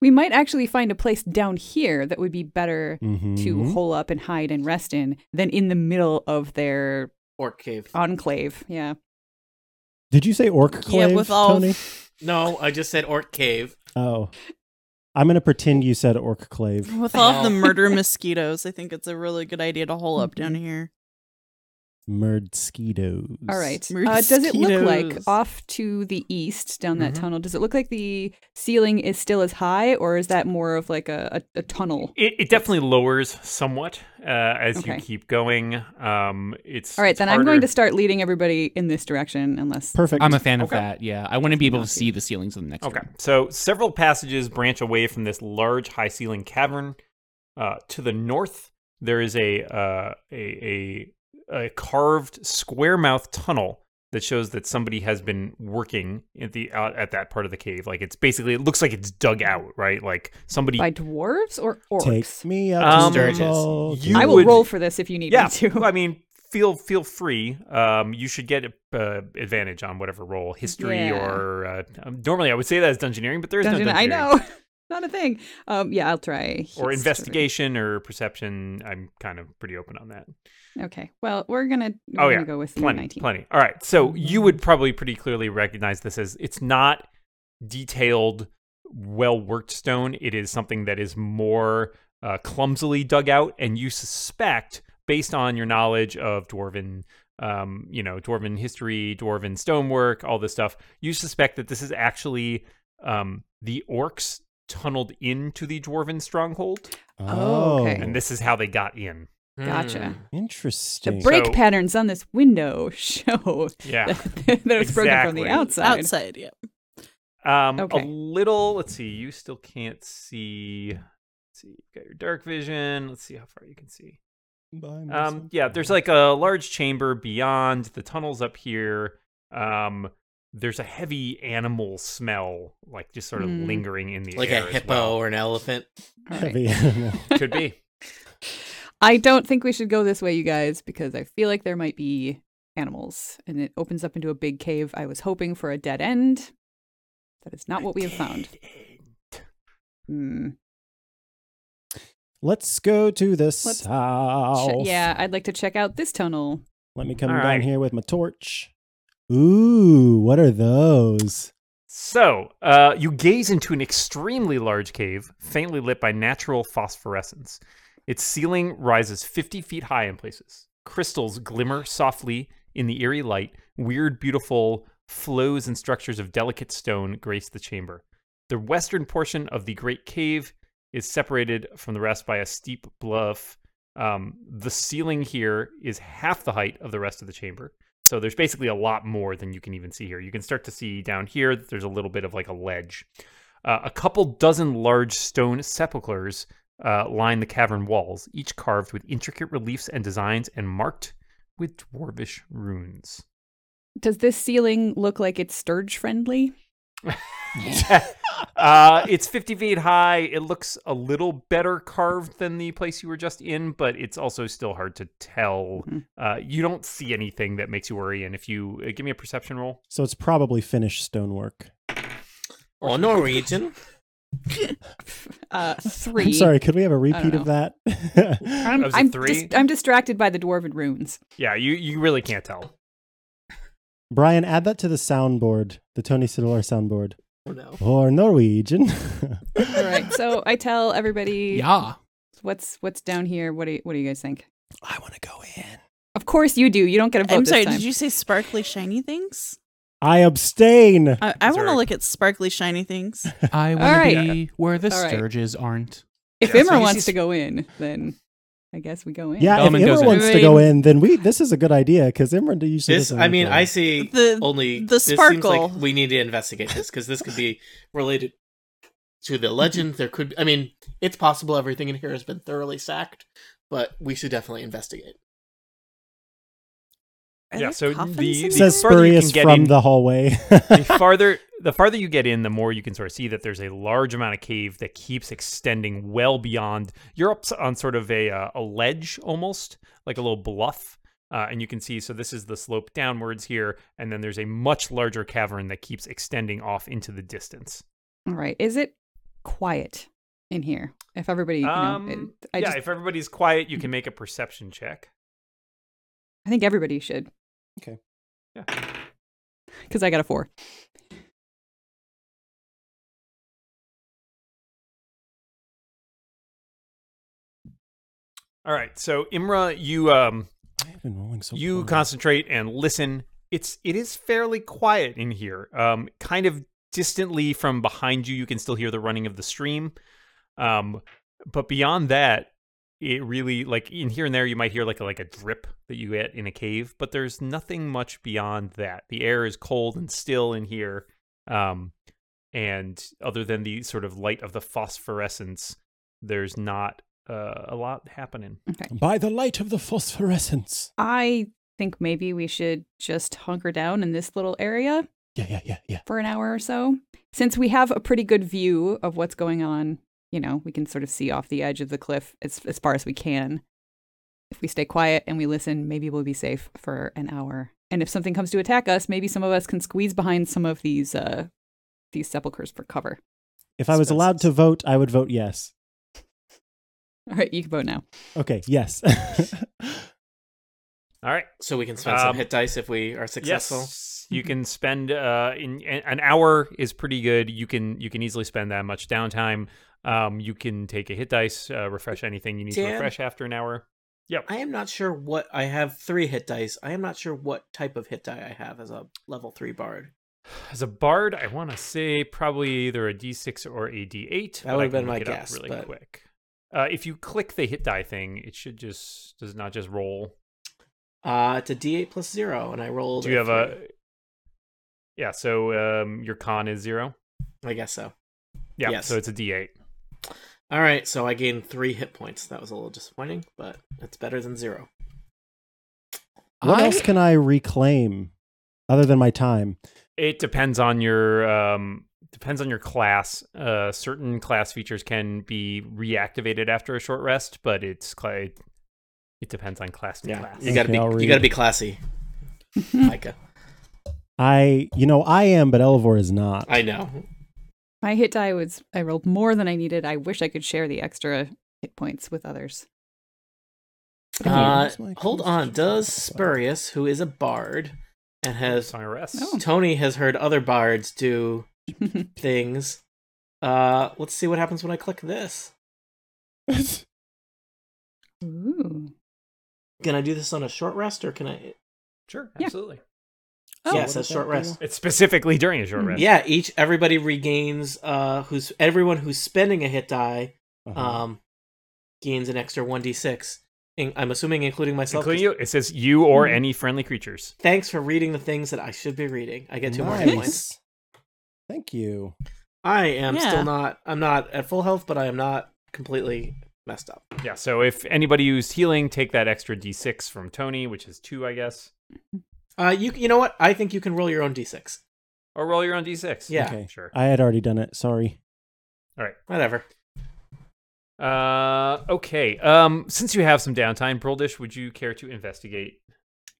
We might actually find a place down here that would be better to
Mhm.
hole up and hide and rest in than in the middle of their
orc cave.
Oh.
enclave. Yeah.
Did you say orc clave,
yeah, with all
Tony?
No, I just said orc cave.
Oh. I'm going to pretend you said orc clave.
with all of the
No.
murder mosquitoes, I think it's a really good idea to hole up
Mm-hmm.
down here.
Mosquitoes.
All right. Uh, does it look like
Mosquitoes.
off to the east down that
Mhm.
tunnel? Does it look like the ceiling is still as high, or is that more of like a, a, a tunnel?
It, it definitely lowers somewhat uh, as
Okay.
you keep going. Um, it's
All right,
it's
then I'm going
harder-
to start leading everybody in this direction, unless
Perfect.
I'm a fan of
Okay.
that. Yeah, I want to be able to see the ceilings in the next.
Okay,
room.
so several passages branch away from this large, high ceiling cavern. Uh, to the north, there is a, uh, a a a carved square mouth tunnel that shows that somebody has been working at the out at that part of the cave. Like it's basically it looks like it's dug out, right? Like somebody.
by dwarves or orcs.
Take me up
Um,
to the
Sturgis.
vault.
You
I will
would-
roll for this if you need
yeah,
me to.
I mean, feel feel free. Um, you should get uh, advantage on whatever role, history
Yeah.
or uh, um, normally I would say that is dungeoneering, but there is
Dungeon-
no dungeoneering.
I know, not a thing. Um, yeah, I'll try.
or
history.
investigation or perception. I'm kind of pretty open on that.
Okay. Well, we're gonna. We're
Oh,
gonna
yeah.
go with
Plenty,
19.
plenty. All right. So you would probably pretty clearly recognize this as it's not detailed, well worked stone. It is something that is more uh, clumsily dug out, and you suspect, based on your knowledge of dwarven. Um, you know, dwarven history, dwarven stonework, all this stuff. You suspect that this is actually um, the orcs tunneled into the dwarven stronghold,
Oh, okay.
and this is how they got in.
Gotcha.
Hmm.
The
Interesting.
break
So-
patterns on this window show
Yeah.
that, that it was broken from the
Exactly.
outside.
Outside, yeah.
Um,
Okay.
a little. Let's see. You still can't see. Let's see, you've got your dark vision. Let's see how far you can see. Um, yeah, there's like a large chamber beyond the tunnels up here. Um, there's a heavy animal smell, like just sort of
Mm.
lingering in the
Like
air.
a
as
hippo
well.
or an elephant.
All right.
heavy animal.
could be.
I don't think we should go this way, you guys, because I feel like there might be animals and it opens up into a big cave. I was hoping for a dead end. That is not what we have found. Hmm.
Let's go to the
Let's-
south.
Sh- yeah, I'd like to check out this tunnel.
Let me come
All
down
right.
here with my torch. Ooh, what are those?
So, uh, you gaze into an extremely large cave, faintly lit by natural phosphorescence. Its ceiling rises 50 feet high in places. Crystals glimmer softly in the eerie light. Weird, beautiful flows and structures of delicate stone grace the chamber. The western portion of the great cave is separated from the rest by a steep bluff. Um, the ceiling here is half the height of the rest of the chamber. So there's basically a lot more than you can even see here. You can start to see down here that there's a little bit of like a ledge. Uh, a couple dozen large stone sepulchres uh, line the cavern walls, each carved with intricate reliefs and designs and marked with dwarvish runes.
Does this ceiling look like it's Sturge friendly?
uh, it's 50 feet high. It looks a little better carved than the place you were just in, but it's also still hard to tell.
Mhm.
Uh, you don't see anything that makes you worry. And if you uh, give me a perception roll,
So it's probably finished stonework.
Or Norwegian.
Uh, 3
I'm sorry, could we have a repeat of
know.
that?
That was a
I'm,
three?
dis- I'm distracted by the dwarven runes.
yeah, you, you really can't tell.
Brian, add that to the soundboard, the Tony Siddler soundboard.
Oh, no.
Or Norwegian.
All right, so I tell everybody
Yeah.
what's what's down here. What do you, what do you guys think?
I want to go in.
Of course you do. You don't get a vote
I'm
this
sorry,
time.
did you say sparkly shiny things?
I abstain.
I, I want to
Sorry.
look at sparkly shiny things.
I
wanna
want
right.
to be where the
All right.
Sturges aren't.
if
Yeah,
Imra
so you
wants
see-
to go in, then I guess we go in.
Yeah,
Bellman
if
goes
Imra
in.
wants
I
to go
mean-
in, then we this is a good idea because Imra usually
This,
doesn't
I
wanna
mean,
go
I
in.
see
The-
oh,
only
the
this seems
sparkle.
like we need to investigate this because this could be related to the legend. There could, I mean, it's possible everything in here has been thoroughly sacked, but we should definitely investigate.
Are
Yeah,
there
so
coffins
the-
in
It
the-
there?
says
further you can
spurious
get
from
in-
the hallway.
the farther the farther you get in, the more you can sort of see that there's a large amount of cave that keeps extending well beyond. You're up s- on sort of a uh, a ledge almost, like a little bluff, uh, and you can see. So this is the slope downwards here, and then there's a much larger cavern that keeps extending off into the distance.
All right. Is it quiet in here? If everybody, you know,
Um,
it- I
yeah,
just, Mm.
if everybody's quiet, you can make a perception check.
I think everybody should.
Okay.
Yeah.
Because I got a four.
All right, so Imra, you um,
I've been rolling so
you
poorly.
concentrate and listen it's it is fairly quiet in here um kind of distantly from behind you you can still hear the running of the stream um but beyond that it really like in here and there you might hear like a, like a drip that you get in a cave but there's nothing much beyond that the air is cold and still in here um and other than the sort of light of the phosphorescence there's not uh, a lot happening
Okay.
by the light of the phosphorescence.
I think maybe we should just hunker down in this little area
Yeah, yeah, yeah, yeah.
for an hour or so. Since we have a pretty good view of what's going on, you know, we can sort of see off the edge of the cliff as, as far as we can. If we stay quiet and we listen, maybe we'll be safe for an hour. And if something comes to attack us, maybe some of us can squeeze behind some of these uh these sepulchres for cover.
If I was allowed to vote, I would vote yes.
All right, you can vote now.
Okay, yes.
all right
So we can spend
Um,
some hit dice if we are successful.
Yes, you can spend uh, in an an hour is pretty good. You can you can easily spend that much downtime. Um, you can take a hit dice, uh, refresh anything you need to
Dan?
refresh after an hour.
I am not sure what I have three hit dice. I am not sure what type of hit die I have as a level three bard.
As a bard, I want to say probably either a d6 or a d8.
That
but I
would've
can
been
look
my
it up
guess,
Really
but-
quick. Uh, if you click the hit die thing, it should just does it not just roll.
Uh, it's a d8 plus zero, and I rolled.
Do you have
three.
a? Yeah, so um, your con is zero.
I guess so.
Yeah,
Yes.
so it's a d8.
All right, so I gained three hit points. That was a little disappointing, but it's better than zero.
what
I-
else can I reclaim other than my time?
It depends on your um, depends on your class. Uh, certain class features can be reactivated after a short rest, but it's cla- it depends on class to
Yeah,
class.
you gotta
Okay, I'll
be
read
you gotta
it.
be classy, Micah.
I, you know, I am, but Elevor is not.
I know.
My hit die was I rolled more than I needed. I wish I could share the extra hit points with others.
Damn,
Uh,
where's my
hold on.
constitution?
Does Spurious, who is a bard, and has
Song of rest.
No.
Tony has heard other bards do things. Uh, let's see what happens when I click this.
Ooh.
Can I do this on a short rest, or can I?
Sure,
Yeah.
absolutely.
Oh.
yes, a short rest.
It's specifically during a short rest.
Yeah, each everybody regains uh who's everyone who's spending a hit die
Mm-hmm.
Uh-huh.
um gains an extra 1d6. In, I'm assuming including myself.
Including
'cause-
you, it says you or any friendly creatures.
Thanks for reading the things that I should be reading. I get two more hit
Nice.
points.
Thank you.
I am
Yeah.
still not I'm not at full health, but I am not completely messed up.
Yeah, so if anybody used healing, take that extra d6 from Tony, which is two, I guess.
Uh, you you know what? I think you can roll your own d6.
Or roll your own d6.
Yeah.
Okay.
Sure.
I had already done it. Sorry.
Whatever.
Uh, okay. Um, since you have some downtime, Broldish, would you care to investigate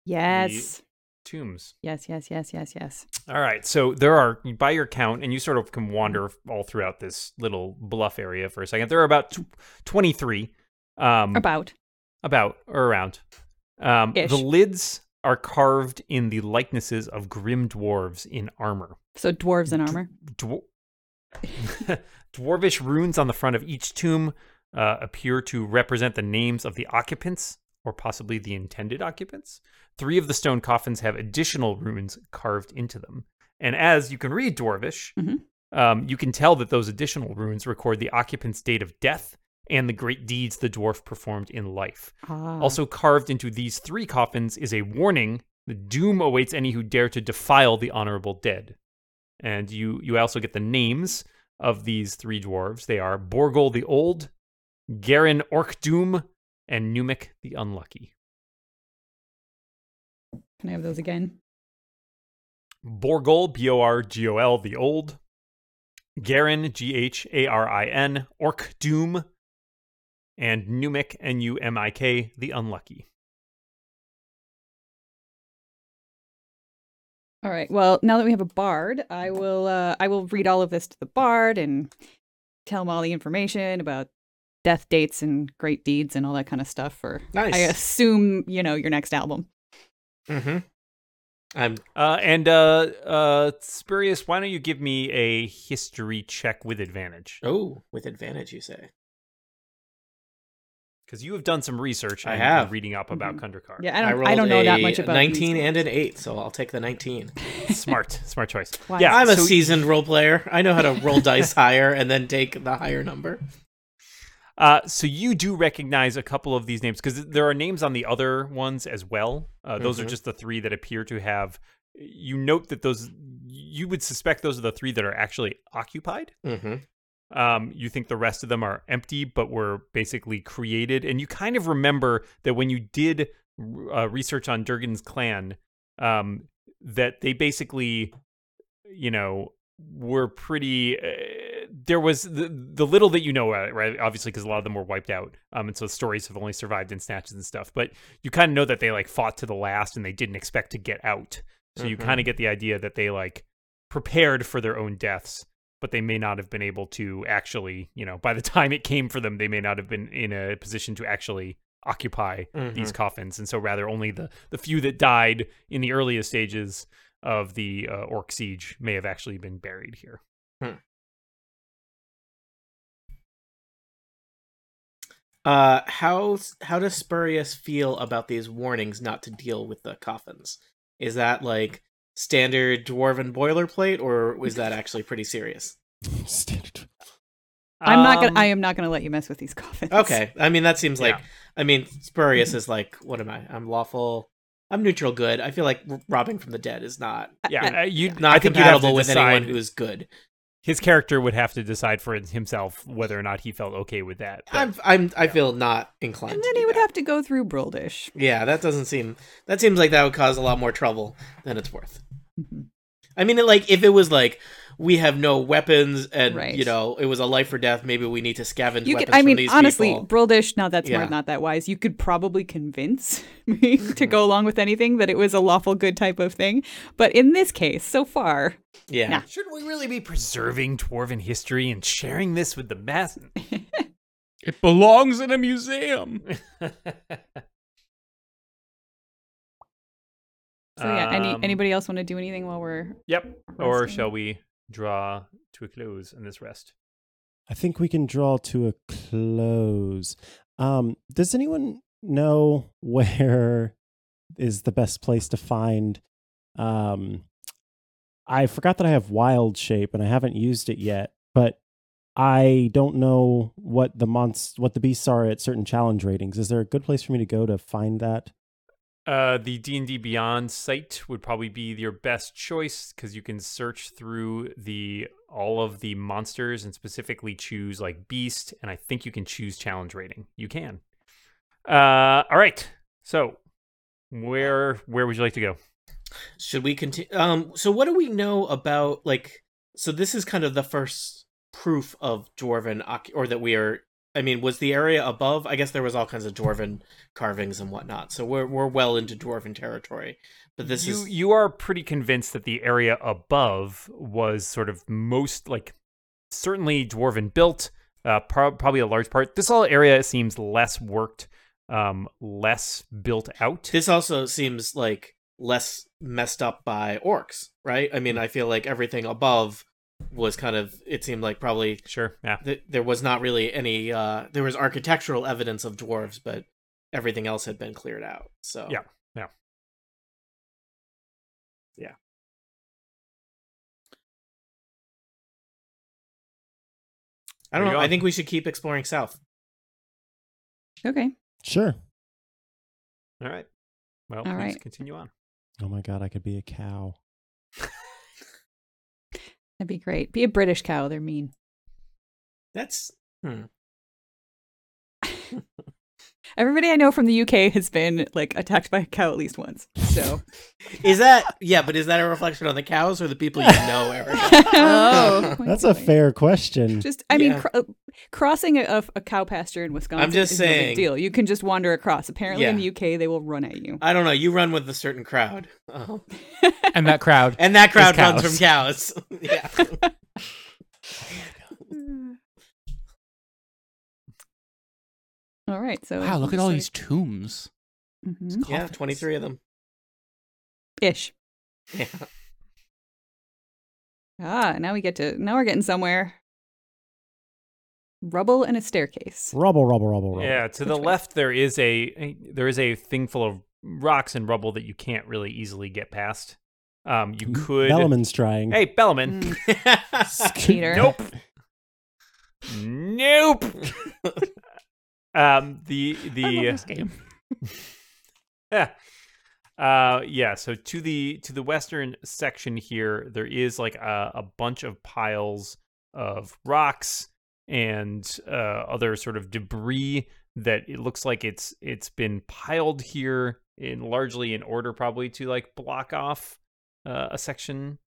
Yes.
tombs?
Yes, yes, yes, yes, yes.
All right. So there are, by your count, and you sort of can wander all throughout this little bluff area for a second. There are about tw- 23. Um,
About.
about or around. Um,
Ish.
the lids are carved in the likenesses of grim dwarves in armor.
So dwarves in armor.
Dwar- Dwarvish runes on the front of each tomb uh, appear to represent the names of the occupants, or possibly the intended occupants. Three of the stone coffins have additional runes carved into them. And as you can read Dwarvish,
Mhm.
um, you can tell that those additional runes record the occupant's date of death and the great deeds the dwarf performed in life.
Ah.
Also carved into these three coffins is a warning: the doom awaits any who dare to defile the honorable dead. And you you also get the names of these three dwarves. They are Borgol the Old, Garin Orkdoom, and Numic the Unlucky.
Can I have those again?
Borgol B O R G O L the Old, Garin G H A R I N, Orkdoom, and Numic N U M I K the Unlucky.
All right. Well, now that we have a bard, I will uh I will read all of this to the bard and tell him all the information about death dates and great deeds and all that kind of stuff for
Nice.
I assume, you know, your next album.
Mm-hmm. I'm
Uh, and uh, uh, Spurious, why don't you give me a history check with advantage?
oh with advantage. You say
Because you have done some research.
I
and
have.
been reading up about Kundrakar.
Yeah, I don't I,
rolled
don't know that
a
much about these
nineteen and
games.
an eight, so I'll take the nineteen.
smart, smart choice.
Why?
Yeah,
I'm a
so-
seasoned role player. I know how to roll dice higher and then take the higher number.
Uh, so you do recognize a couple of these names because there are names on the other ones as well. Uh, those are
Mhm.
just the three that appear to have. You note that those. You would suspect those are the three that are actually occupied.
Mm-hmm.
Um, you think the rest of them are empty, but were basically created. And you kind of remember that when you did uh, research on Durgan's clan, um, that they basically, you know, were pretty. Uh, there was the, the little that you know about it, right? Obviously, because a lot of them were wiped out. Um, and so stories have only survived in snatches and stuff. But you kind of know that they like fought to the last and they didn't expect to get out. So you
Mhm.
kind of get the idea that they like prepared for their own deaths but they may not have been able to actually, you know, by the time it came for them, they may not have been in a position to actually occupy
Mm-hmm.
these coffins. And so rather only the, the few that died in the earliest stages of the uh, orc siege may have actually been buried here.
Uh, how how does Spurious feel about these warnings not to deal with the coffins? Is that like standard dwarven boilerplate, or is that actually pretty serious?
Standard.
I'm not gonna I
Um,
am not gonna let you mess with these coffins.
Okay, I mean that seems like
Yeah.
I mean Spurious is like what am I? I'm lawful. I'm neutral good. I feel like r- robbing from the dead is not
Yeah, uh, you
not
I think you'd have
compatible
to
with
decide-
anyone who's good.
his character would have to decide for himself whether or not he felt okay with that. but-
I'm I'm I
yeah.
feel not inclined.
And
to
then
do
he would
that.
have to go through Broldish.
Yeah, that doesn't seem. That seems like that would cause a lot more trouble than it's worth.
Mm-hmm.
I mean, like if it was like we have no weapons and
Right.
you know it was a life or death, maybe we need to scavenge
You
weapons
could, I
from
mean,
these
honestly,
people.
Broldish, not that smart,
Yeah.
not that wise, you could probably convince me to go along with anything that it was a lawful good type of thing. But in this case, so far,
yeah.
nah.
Shouldn't we really be preserving dwarven history and sharing this with the mass?
It belongs in a museum.
So yeah, any,
Um,
anybody else want to do anything while we're
Yep. Or
Resting.
shall we draw to a close in this rest?
I think we can draw to a close. Um, does anyone know where is the best place to find? Um, I forgot that I have wild shape and I haven't used it yet, but I don't know what the months, what the beasts are at certain challenge ratings. Is there a good place for me to go to find that?
Uh, the D and D Beyond site would probably be your best choice because you can search through the all of the monsters and specifically choose like beast, and I think you can choose challenge rating. You can. Uh, all right. So, where where would you like to go?
Should we continue? Um, so what do we know about like? So this is kind of the first proof of dwarven, occ- or that we are. I mean, was the area above? I guess there was all kinds of dwarven carvings and whatnot. So we're we're well into dwarven territory. But this
you
is
you are pretty convinced that the area above was sort of most like certainly dwarven built uh, prob- probably a large part this whole area seems less worked um less built out
this also seems like less messed up by orcs, right? I mean,
Mm.
I feel like everything above was kind of. It seemed like probably
sure yeah
th- there was not really any. Uh, there was architectural evidence of dwarves, but everything else had been cleared out. So
Yeah.
I don't
There you
know.
go.
I think we should keep exploring south.
Okay.
Sure.
all right well
All
please
right.
continue on
Oh my god, I could be a cow.
That'd be great. Be a British cow. They're mean.
That's hmm.
Everybody I know from the UK has been like attacked by a cow at least once. So
is that yeah, but is that a reflection on the cows or the people you know, Eric?
Oh, my
That's a
boy.
fair question.
Just I mean,
Yeah.
cr- uh, crossing a, a, a cow pasture in Wisconsin.
I'm just
is no
saying.
big deal. You can just wander across. Apparently, in
Yeah. Uh,
the UK, they will run at you.
I don't know. You run with a certain crowd, um,
and that crowd.
and that crowd runs
cows.
from cows. yeah.
all right. So
Wow, look at
just
all
like-
these tombs.
Mhm.
Yeah, twenty three of them.
ish.
Yeah.
Ah, now we get to now we're getting somewhere. Rubble and a staircase.
Rubble, rubble, rubble, rubble.
yeah to
Which
the
way?
left there is a a- there is a thing full of rocks and rubble that you can't really easily get past um you could
Bellman's trying.
hey bellman
Mm, Cheater.
Nope.
Mm.
nope um the the
I love this game.
Uh, yeah. So to the to the western section here, there is like a, a bunch of piles of rocks and uh, other sort of debris that it looks like it's it's been piled here in largely in order, probably to like block off uh, a section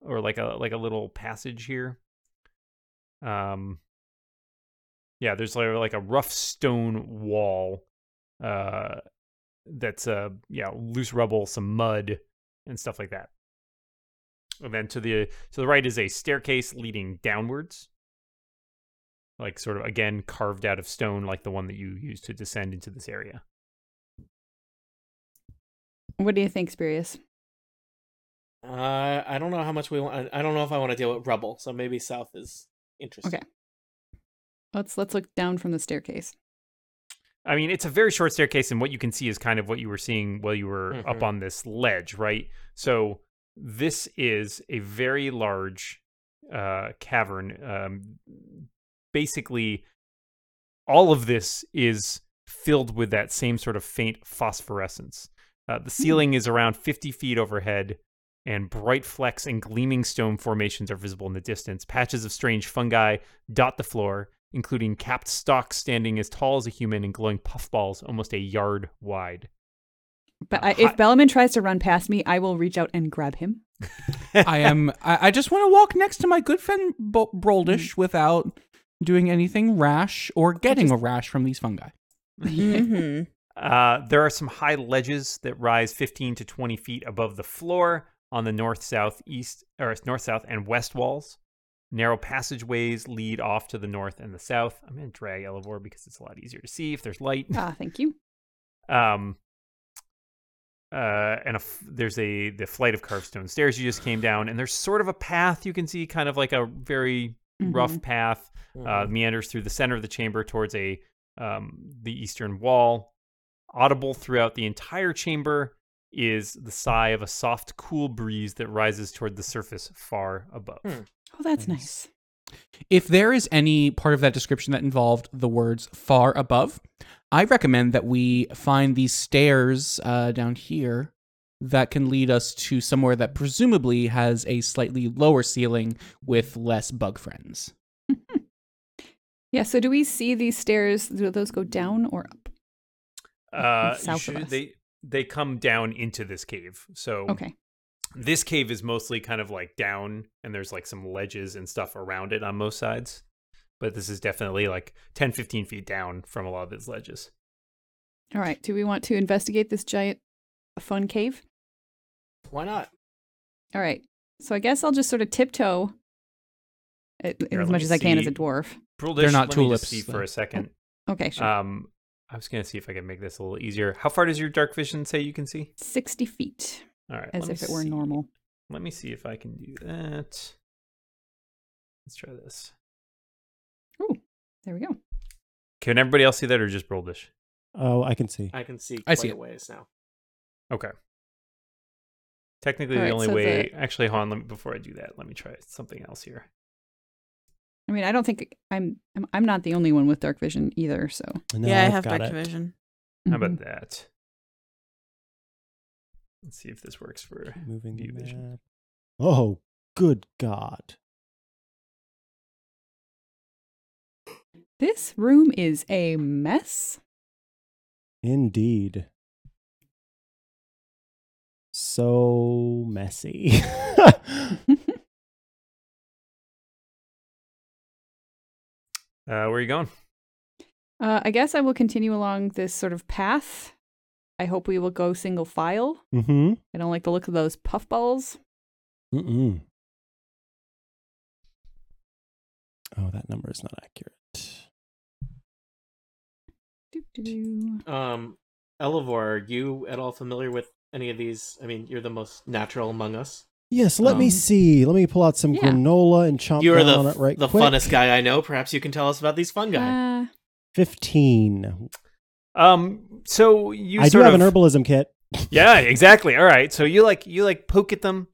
or like a like a little passage here. Um. Yeah, there's like like a rough stone wall. Uh that's uh yeah loose rubble some mud and stuff like that and then to the to the right is a staircase leading downwards like sort of again carved out of stone like the one that you used to descend into this area
What do you think, Spurious?
Uh, I don't know how much we want. I don't know if I want to deal with rubble, so maybe south is interesting.
Okay. Let's let's look down from the staircase.
i mean it's a very short staircase and what you can see is kind of what you were seeing while you were up
Mhm.
on this ledge right so this is a very large uh cavern um basically all of this is filled with that same sort of faint phosphorescence. Uh, the ceiling is around 50 feet overhead, and bright flecks and gleaming stone formations are visible in the distance. Patches of strange fungi dot the floor, including capped stalks standing as tall as a human and glowing puffballs almost a yard wide.
But
Uh,
I,
hi-
if Bellaman tries to run past me, I will reach out and grab him.
I am. I, I just want to walk next to my good friend Bo- Broldish without doing anything rash or getting a rash from these fungi.
Mm-hmm.
Mhm.
Uh, there are some high ledges that rise 15 to 20 feet above the floor on the north, south, east, or north, south, and west walls. Narrow passageways lead off to the north and the south. I'm going to drag Elevore because it's a lot easier to see if there's light.
ah, thank you.
Um, uh, and a f- there's a the flight of carved stone stairs you just came down, and there's sort of a path you can see, kind of like a very
Mm-hmm.
rough path
Hmm.
uh,
Mm-hmm.
meanders through the center of the chamber towards a um, the eastern wall. Audible throughout the entire chamber is the sigh of a soft, cool breeze that rises toward the surface far above.
Hmm.
Oh, that's
Nice.
nice.
If there is any part of that description that involved the words far above, I recommend that we find these stairs uh, down here that can lead us to somewhere that presumably has a slightly lower ceiling with less bug friends.
Yeah, so do we see these stairs? Do those go down or up?
Uh,
South of
should-
us.
they they come down into this cave. So
Okay.
this cave is mostly kind of like down, and there's like some ledges and stuff around it on most sides. But this is definitely like 10, 15 feet down from a lot of these ledges.
All right. Do we want to investigate this giant fun cave?
Why not?
All right. So I guess I'll just sort of tiptoe a-
Here,
as
let
much
me
as I can as a
see.
dwarf.
Bruldish,
They're not
let me just
tulips,
See
though.
for a second.
Okay, sure.
Um, I was gonna see if I could make this a little easier. How far does your dark vision say you can see?
60 feet,
All right,
as
let me
if it were
see.
normal.
Let me see if I can do that. Let's try this.
There we go.
Can everybody else see that, or just Broldish?
Oh, I can see.
I can see quite
I see
a
it.
ways now.
Okay. Technically,
All
the
right,
only
so
way. Actually, hold on. Let me, before I do that, let me try something else here.
I mean, I don't think I'm I'm, I'm not the only one with dark vision either, so.
No,
yeah, I
I've
have
got
dark
it.
vision.
How
Mhm.
about that? Let's see if this works for.
Keep Moving the
View vision.
map. Oh, good God.
This room is a mess.
Indeed. So messy.
Uh, where are you going?
Uh, I guess I will continue along this sort of path. I hope we will go single file.
mm-hmm.
I don't like the look of those puffballs.
Mm-mm. Oh, that number is not accurate.
Doo-doo-doo.
Um, Elevor, are you at all familiar with any of these? I mean, you're the most natural among us.
Yes, let me
Um,
see. Let me pull out some
yeah.
granola and chomp
You are
down
the
on it right
the
quick.
funnest guy I know. Perhaps you can tell us about these fungi.
Uh,
15.
Um. So you.
I do
sort
have
of,
an herbalism kit.
Yeah. Exactly. All right. So you like you like poke at them,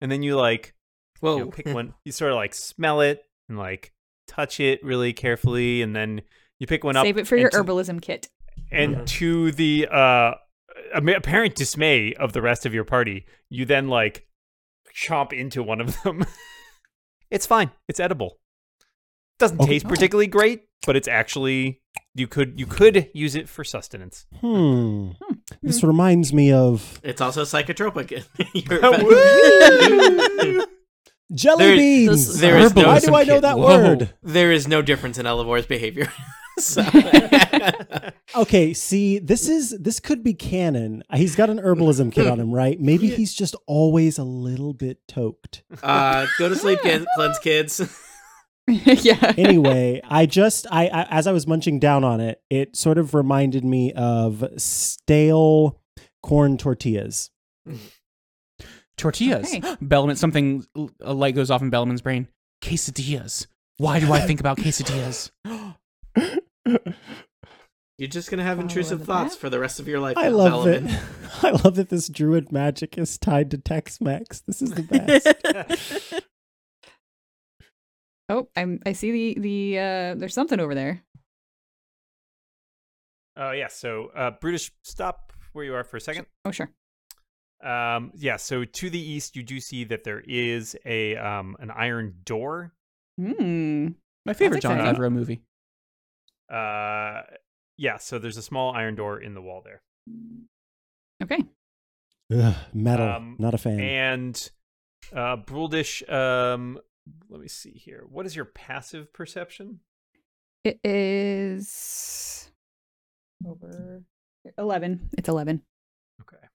and then you like
Whoa!
you know, pick one. You sort of like smell it and like touch it really carefully, and then you pick one up.
save it for your
and to-
herbalism kit.
And
Mhm.
to the uh, am- apparent dismay of the rest of your party, you then like chomp into one of them. it's fine. It's edible. Doesn't
Okay.
taste particularly great, but it's actually you could you could use it for sustenance.
Hmm. This reminds me of
It's also psychotropic. You're
Woo!
jelly
There-
beans.
this- there is no-
Why do I know that word?
there is no difference in Elevor's behavior. so,
Okay, see, this is this could be canon. He's got an herbalism kit on him, right? Maybe he's just always a little bit toked.
uh, go to sleep, Gen- cleanse kids.
yeah.
Anyway, I just I, I as I was munching down on it, it sort of reminded me of stale corn tortillas.
Tortillas.
Okay.
Bellman, something, a light goes off in Bellman's brain. Quesadillas. Why do I think about quesadillas?
You're just gonna have
Follow
intrusive
the
thoughts
path.
for the rest of your life.
I
now,
love it.
Bellman.
I love that this druid magic is tied to Tex Mex. This is the best.
Oh, I'm. I see the the. Uh, there's something over there.
Uh, yeah. So uh, Brutish, stop where you are for a second.
Oh, sure.
Um, yeah, so to the east, you do see that there is a um, an iron door.
Hmm.
My favorite John
Uh-huh.
exciting.
Favreau movie.
Uh, yeah, so there's a small iron door in the wall there,
Okay.
Ugh, metal,
Um,
not a fan.
and uh, Bruldish. Um, let me see here. What is your passive perception?
It is over eleven. It's eleven.
Okay.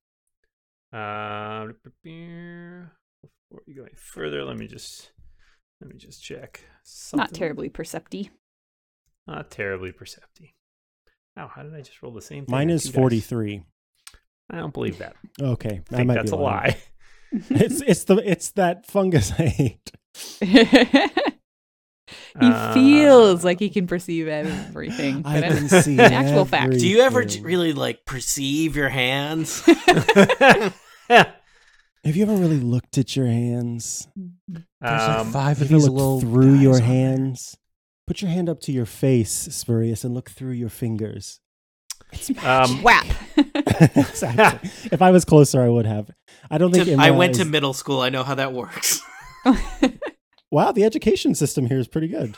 Uh, before you go any further, let me just let me just check.
Not
Something-
terribly percepty.
Not terribly perceptive. Oh, how did I just roll the same? Thing
Mine
on
is
two dice?
forty three.
I don't believe that.
Okay,
I
I
think
might
that's
be
a
lying.
lie.
it's it's the it's that fungus I hate.
he
Uh,
feels like he can perceive everything.
I
but
can
it-
see
An actual fact.
Do you ever j-
everything.
really like perceive your hands?
Um,
Have you ever really looked at your hands?
There's like
Um,
five of
Have you
these
ever
little.
looked through your
guys on there.
hands? Put your hand up to your face, Spurious, and look through your fingers.
Um,
Whap.
exactly. If I was closer, I would have. I don't think
To- I
Imra
went to
is-
middle school. I know how that works.
wow, the education system here is pretty good.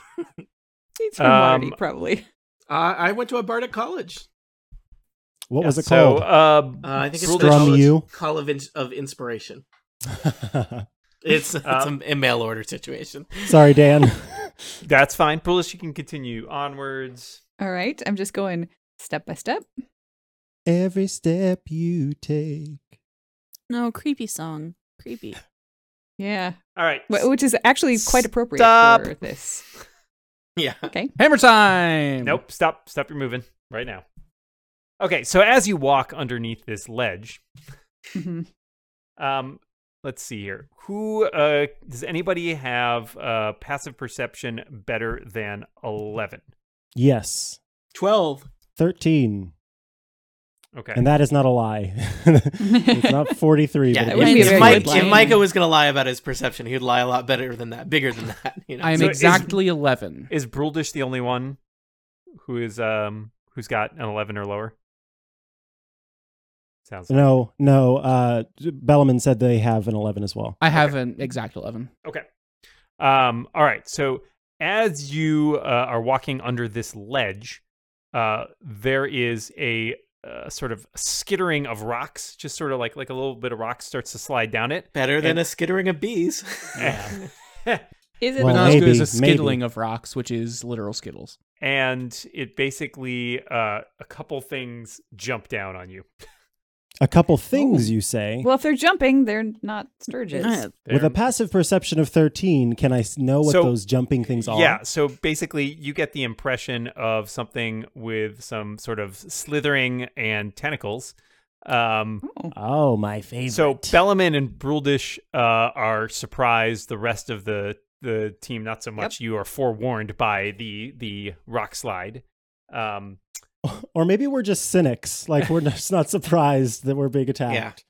He's from
Um,
Marty, probably.
Uh, I went to a Bardic college.
What was
yeah,
it called?
So, uh,
Uh, I think it's
Strum
the
you.
College, Call of, in- of Inspiration. It's it's
Um,
a, a mail order situation.
Sorry, Dan.
that's fine. Pulis, you can continue onwards.
All right. I'm just going step by step.
Every step you take.
No, creepy song. Creepy.
Yeah.
All right.
Wh- Which is actually quite appropriate
Stop.
for this.
Yeah.
Okay.
Hammer time.
Nope. Stop. Stop. You're moving right now. Okay. So as you walk underneath this ledge,
Mhm.
um, let's see here. Who uh, does anybody have uh, passive perception better than eleven?
Yes.
12.
13.
Okay.
And that is not a lie. it's not 43.
Yeah,
but
it
if,
it is
wouldn't be a
if
very
Mike,
good line.
if Micah was going to lie about his perception, he'd lie a lot better than that, bigger than that. You know?
I am
So is-
exactly eleven.
is Bruldish the only one who is um who's got an eleven or lower? Sounds like
No, no. Uh, Bellman said they have an 11 as well.
I have an exact eleven.
Okay. Um, all right. So as you uh, are walking under this ledge, uh, there is a uh, sort of skittering of rocks, just sort of like like a little bit of rock starts to slide down it.
better than
And-
a skittering of bees.
Is it
But
Well,
not as good as
maybe,
a
maybe.
skittling of rocks, which is literal skittles.
and it basically uh, a couple things jump down on you.
A couple things, you say.
Well, if they're jumping, they're not Sturgis.
Uh,
With a
They're-
passive perception of 13, can I s- know what
So-
those jumping things are?
Yeah, so basically, you get the impression of something with some sort of slithering and tentacles. Um,
Oh.
Oh, my favorite.
So Bellaman and Bruldish uh, are surprised. The rest of the the team, not so much. You are forewarned by the the rock slide. Um,
or maybe we're just cynics. Like, we're just not surprised that we're being attacked.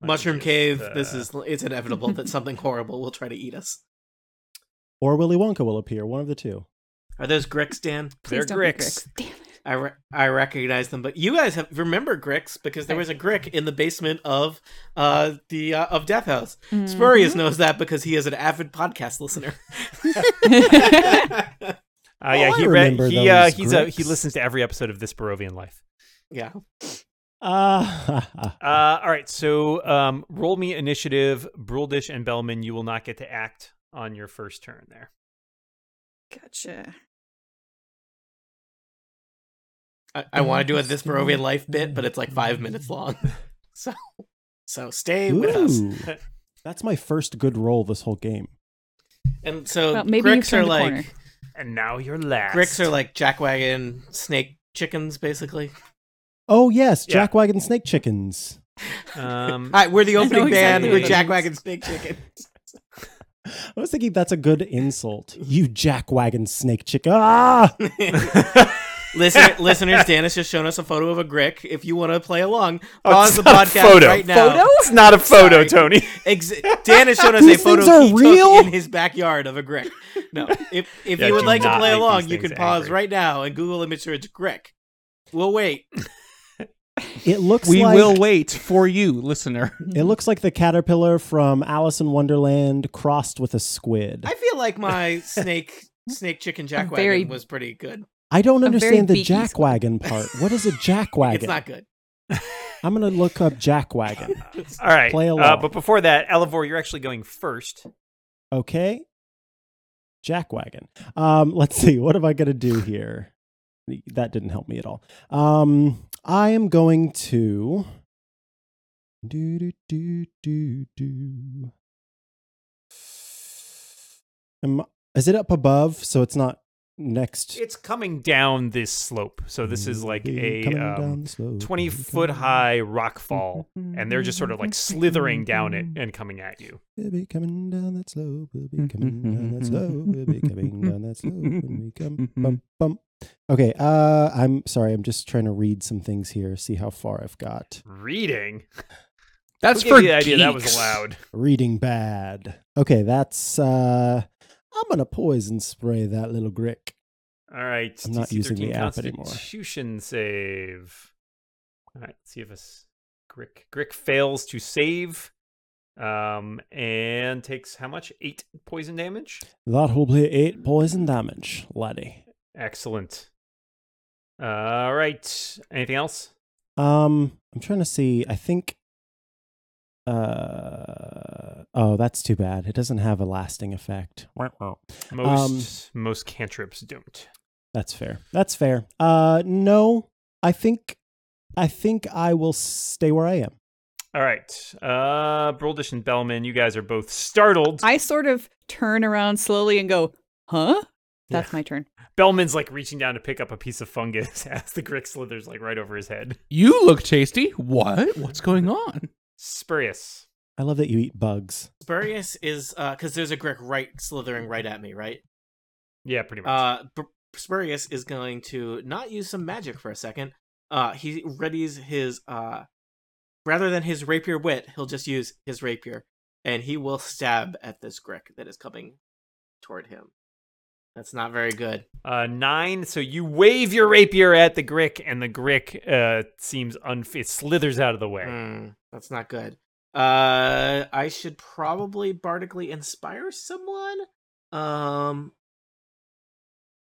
let me
Mushroom
just,
Cave,
uh,
this is it's inevitable that something horrible will try to eat us.
Or Willy Wonka will appear, one of the two.
Are those Grix, Dan?
they're
Please don't be
Grix.
Damn it.
I, re- I recognize them, but you guys have remember Grix because there was a Grick in the basement of uh the uh, of Death House.
Mm-hmm.
Spurious knows that because he is an avid podcast listener.
Mm-hmm.
Uh, yeah,
Oh, I
he read.
remember
He uh,
those
he's a,
Grix.
he listens to every episode of this Barovian life.
yeah.
Ah,
Uh, all right, so um, roll me initiative, Bruldish and Bellman. You will not get to act on your first turn there.
Gotcha.
I, I want to do a This Barovian Life bit, but it's like five minutes long. So so stay with us.
Ooh. That's my first good roll this whole game.
And so
Well, maybe you've
Grix are
turned the
like
corner.
And now you're last.
Grix are like jackwagon snake chickens, basically.
Oh, yes.
Yeah.
Jackwagon snake chickens.
Um,
Alright, we're the
know
opening band.
exactly
We're
what that
jackwagon snake chicken.
I was thinking that's a good insult. You jackwagon snake chicken. Ah!
Listener, listeners, Dan has just shown us a photo of a Grick. If you want to play along,
Oh, it's
pause the
not a
podcast
photo.
right now.
Photo?
it's not a photo,
Sorry.
Tony.
Ex- Dan has shown us a
These
photo
things are
he
real?
took in his backyard of a Grick. No, if if
Yeah,
you would
do
like to
not
play
make these
along, you
things
can pause
angry.
right now and Google image search Grick. We'll wait.
It looks
We
like
will wait for you, listener.
it looks like the caterpillar from Alice in Wonderland crossed with a squid.
I feel like my snake snake chicken jackwagon
very-
was pretty good.
I don't
A very
understand the
beaky squid.
jackwagon part. What is a
It's
jackwagon?
not good.
I'm gonna look up jackwagon.
All right.
Play
Uh,
along.
but before that, Elevor, you're actually going first.
Okay. Jackwagon. Um, let's see. What am I gonna do here? That didn't help me at all. Um, I am going to. Do do do do do. Am, is it up above? So it's not next.
It's coming down this slope. So this is like a
Coming down
um,
the slope,
20 foot
coming-
high rock fall, and they're just sort of like slithering down it and coming at you.
We'll be coming down that slope. We'll be coming down that slope. We'll be coming down that slope when we come. Bump, bump. Okay. Uh, I'm sorry. I'm just trying to read some things here. See how far I've got.
Reading.
That's
Who gave
for
you the idea that was
geeks.
allowed.
Reading bad. Okay. That's. Uh, I'm gonna poison spray that little Grick.
All right.
I'm not
DC
using the
13
app anymore.
Constitution save. All right. Let's see if us Grick Grick fails to save, um, and takes how much? Eight poison damage.
That will be eight poison damage, laddie.
Excellent. All right. Anything else?
Um, I'm trying to see. I think. Uh oh, that's too bad. It doesn't have a lasting effect.
Most
Um,
most cantrips don't.
That's fair. That's fair. Uh, no, I think, I think I will stay where I am.
All right. Uh, Broldish and Bellman, you guys are both startled.
I sort of turn around slowly and go, huh? That's my turn.
Bellman's like reaching down to pick up a piece of fungus as the Grick slithers like right over his head.
You look tasty. What? What's going on?
Spurious.
I love that you eat bugs.
Spurious is uh because there's a Grick right slithering right at me, right?
Yeah, pretty much.
Uh, B- Spurious is going to not use some magic for a second. Uh, he readies his uh, rather than his rapier wit, he'll just use his rapier, and he will stab at this Grick that is coming toward him. That's not very good.
Uh, nine. So you wave your rapier at the Grick, and the Grick uh, seems unf- it slithers out of the way.
Mm, that's not good. Uh, I should probably bardically inspire someone. Um,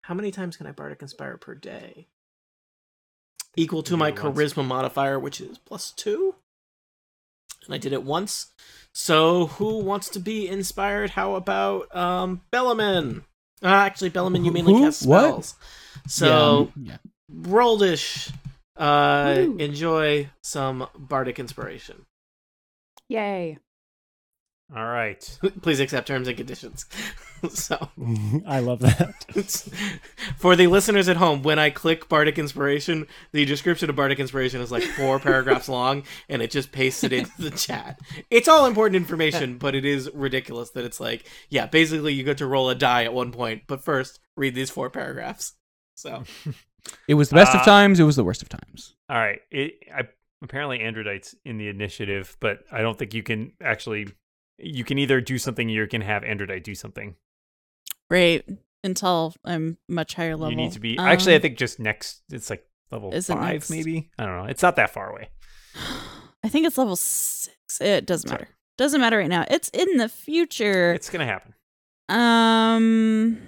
how many times can I bardic inspire per day? Equal to
You
my
do it once.
charisma modifier, which is plus two. And I did it once. So who wants to be inspired? How about um Bellaman? Uh, actually, Bellaman, you
Who-
mainly
who?
cast
What?
spells. So
yeah. um,
Roldish, uh,
Woo.
enjoy some bardic inspiration.
Yay. Hmm.
All right.
Please accept terms and conditions. so,
I love that.
it's, for the listeners at home, when I click bardic inspiration, the description of bardic inspiration is like four paragraphs long, and it just pastes it into the chat. It's all important information, but it is ridiculous that it's like, yeah, basically you get to roll a die at one point, but first read these four paragraphs. So,
It was the best
Uh,
of times. It was the worst of times.
All right. It, I, apparently, Androidite's in the initiative, but I don't think you can actually. You can either do something, or you can have Androidite do something.
Right. Until I'm much higher level.
You need to be. actually, I
Um,
think just next. It's like level
Is it
five,
next?
maybe. I don't know. It's not that far away.
I think it's level six. It doesn't
Sorry.
matter. Doesn't matter right now. It's in the future.
It's gonna happen.
um,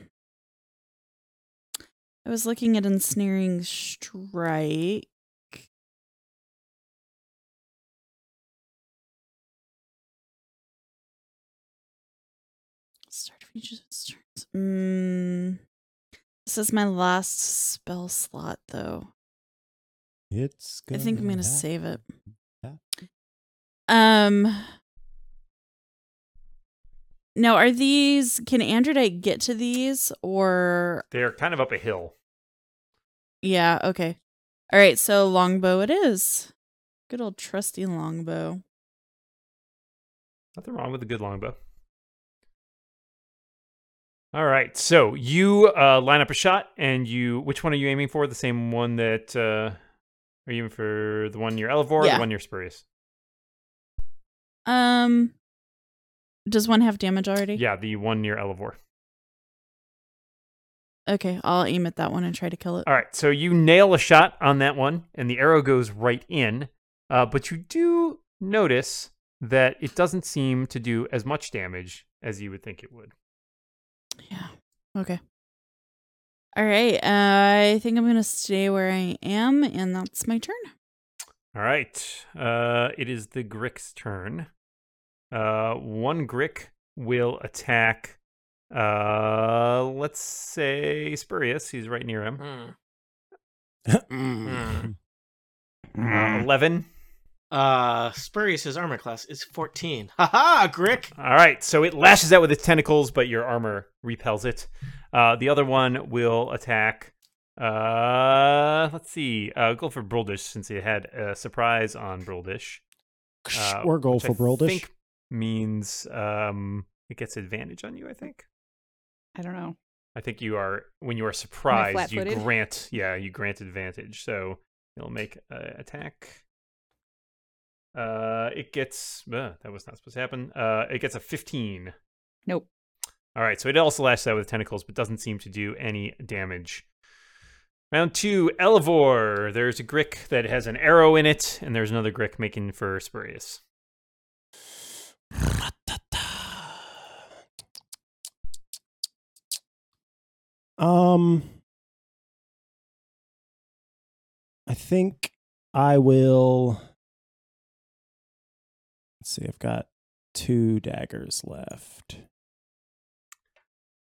I was looking at ensnaring strike. Start features. starts- Mm, this is my last spell slot, though.
It's.
I think I'm gonna save it.
happen.
Um. Now, are these? Can Androdite get to these? Or
They're kind of up a hill.
yeah, okay, all right. So longbow it is. Good old trusty longbow.
Nothing wrong with a good longbow. All right, so you uh, line up a shot, and you which one are you aiming for? The same one that uh, are you aiming for? The one you're Elevore, or
Yeah.
the one you're Spurious.
Um, does one have damage already?
Yeah, the one near Elevore.
Okay, I'll aim at that one and try to kill it.
All right, so you nail a shot on that one, and the arrow goes right in. Uh, but you do notice that it doesn't seem to do as much damage as you would think it would.
Yeah. Okay. All right. Uh, I think I'm gonna stay where I am, and that's my turn.
All right. Uh, it is the Grick's turn. Uh, one Grick will attack. Uh, let's say Spurious. He's right near him.
mm, Hmm.
Mm.
Uh, Eleven.
uh, Spurious's armor class is 14. Haha, Grick!
All right. So it lashes out with its tentacles, but your armor repels it. Uh, the other one will attack. Uh, let's see. Uh, go for Broldish since he had a surprise on Broldish. Uh,
or goal
which
for
I
Broldish.
think means um, it gets advantage on you. I think.
I don't know.
I think you are when you are surprised, you
flat-footed?
grant yeah, you grant advantage. So you'll make an attack. Uh, it gets uh, that was not supposed to happen. Uh, it gets a fifteen.
Nope.
All right, so it also lashes out with tentacles, but doesn't seem to do any damage. Round two, Elevor. There's a Grick that has an arrow in it, and there's another Grick making for Spurious.
Um, I think I will. Let's see. I've got two daggers left.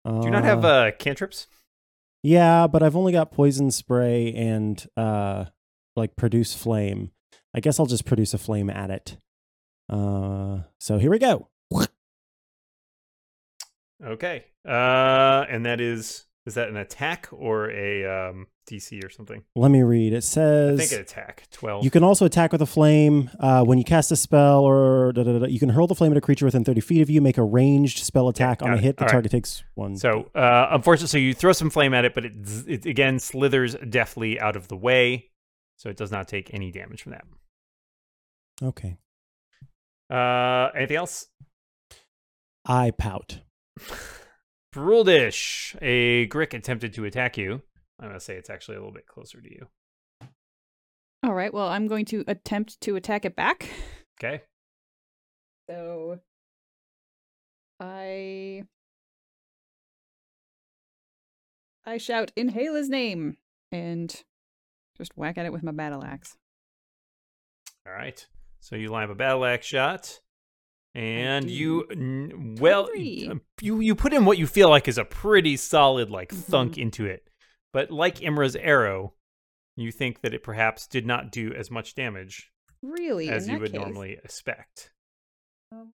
Do you not have uh, cantrips?
Yeah, but I've only got poison spray and uh, like produce flame. I guess I'll just produce a flame at it. Uh, so here we go.
Okay. Uh, and that is is that an attack or a um, DC or something?
Let me read. It
I
says
think an attack. Twelve.
You can also attack with a flame. Uh, when you cast a spell, or da, da, da, da, you can hurl the flame at a creature within 30 feet of you. Make a ranged spell attack
got
on a
it.
hit. The
All right.
target takes one.
So, uh, unfortunately, so you throw some flame at it, but it, z- it again slithers deftly out of the way, so it does not take any damage from that.
okay,
Uh, anything else?
I pout.
Bruldish, a Grick attempted to attack you. I'm gonna say it's actually a little bit closer to you.
All right. Well, I'm going to attempt to attack it back.
Okay,
So I I shout inhale his name and just whack at it with my battle axe.
all right. So you line up a battle axe shot, and
do.
you n- well, um,
23.
you you put in what you feel like is a pretty solid like
Mm-hmm.
thunk into it, but like Imra's arrow, you think that it perhaps did not do as much damage
Really?
as
in
you
that
would
case-
normally expect.
Um,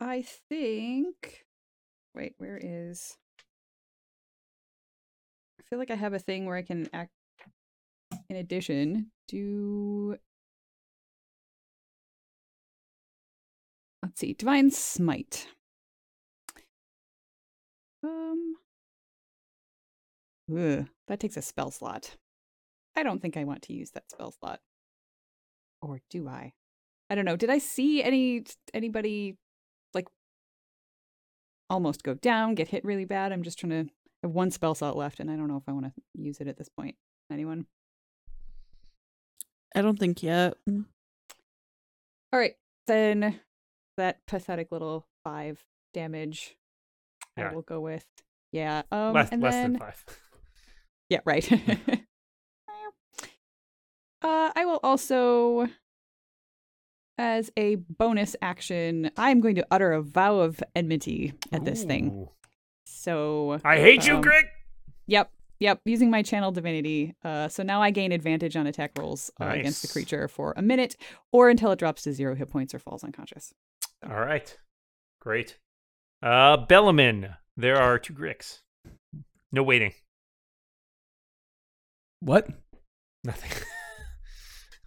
I think wait, where is I feel like I have a thing where I can act in addition do Let's see, divine smite. Um ugh, that takes a spell slot. I don't think I want to use that spell slot. Or do I? I don't know. Did I see any anybody like almost go down, get hit really bad? I'm just trying to I have one spell slot left and I don't know if I want to use it at this point. Anyone?
I don't think yet.
All right. Then that pathetic little 5 damage
Yeah.
I will go with. Yeah. Um
less
and
less
then
than five.
Yeah, right. uh, I will also, as a bonus action, I'm going to utter a vow of enmity at this thing.
Ooh.
So,
I hate you,
Um,
Greg.
yep, yep, using my channel divinity. Uh, so now I gain advantage on attack rolls uh, against the
Nice.
creature for a minute or until it drops to zero hit points or falls unconscious.
All right, great. Uh, Bellamin, there are two Gricks. No waiting.
What?
Nothing.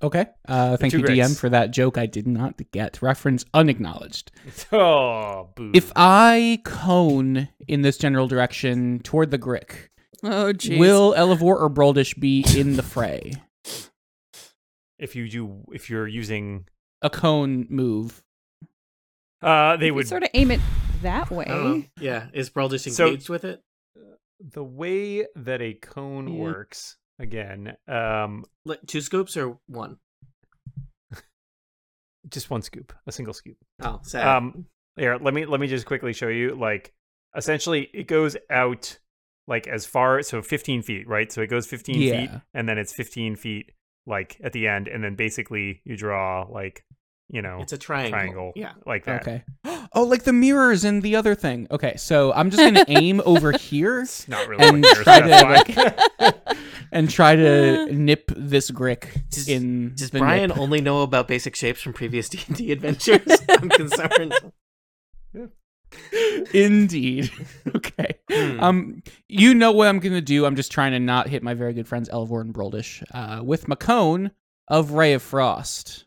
Okay. Uh, thank
two
you, DM,
Gricks.
for that joke I did not get. Reference unacknowledged.
oh,
Hmm.
boo.
If I cone in this general direction toward the Grick,
Oh, jeez.
will Elevor or Broldish be in the fray?
if you do, if you're using,
A cone move.
uh, they
You could
would
sort of aim it that way.
I
Eh?
don't know. Yeah, is Brawl just
So-
engaged with it?
the way that a cone
Yeah.
works again. Um,
Like two scoops or one?
just one scoop, a single scoop.
Oh, sad.
um here let me let me just quickly show you like essentially it goes out like as far so 15 feet right so it goes 15 feet
Yeah.
and then it's 15 feet like at the end and then basically you draw like you know
it's a triangle.
triangle
Yeah.
like that
Okay. Oh, like the mirrors and the other thing. Okay, so I'm just gonna aim over here
it's not really what
And
yours,
try
that's why.
and try to nip this Grick
Does-
in.
Does
the
Brian
nip.
only know about basic shapes from previous D and D adventures? I'm concerned.
Indeed. okay.
Hmm.
Um, you know what I'm gonna do. I'm just trying to not hit my very good friends Elvor and Broldish. Uh, with my cone of Ray of Frost.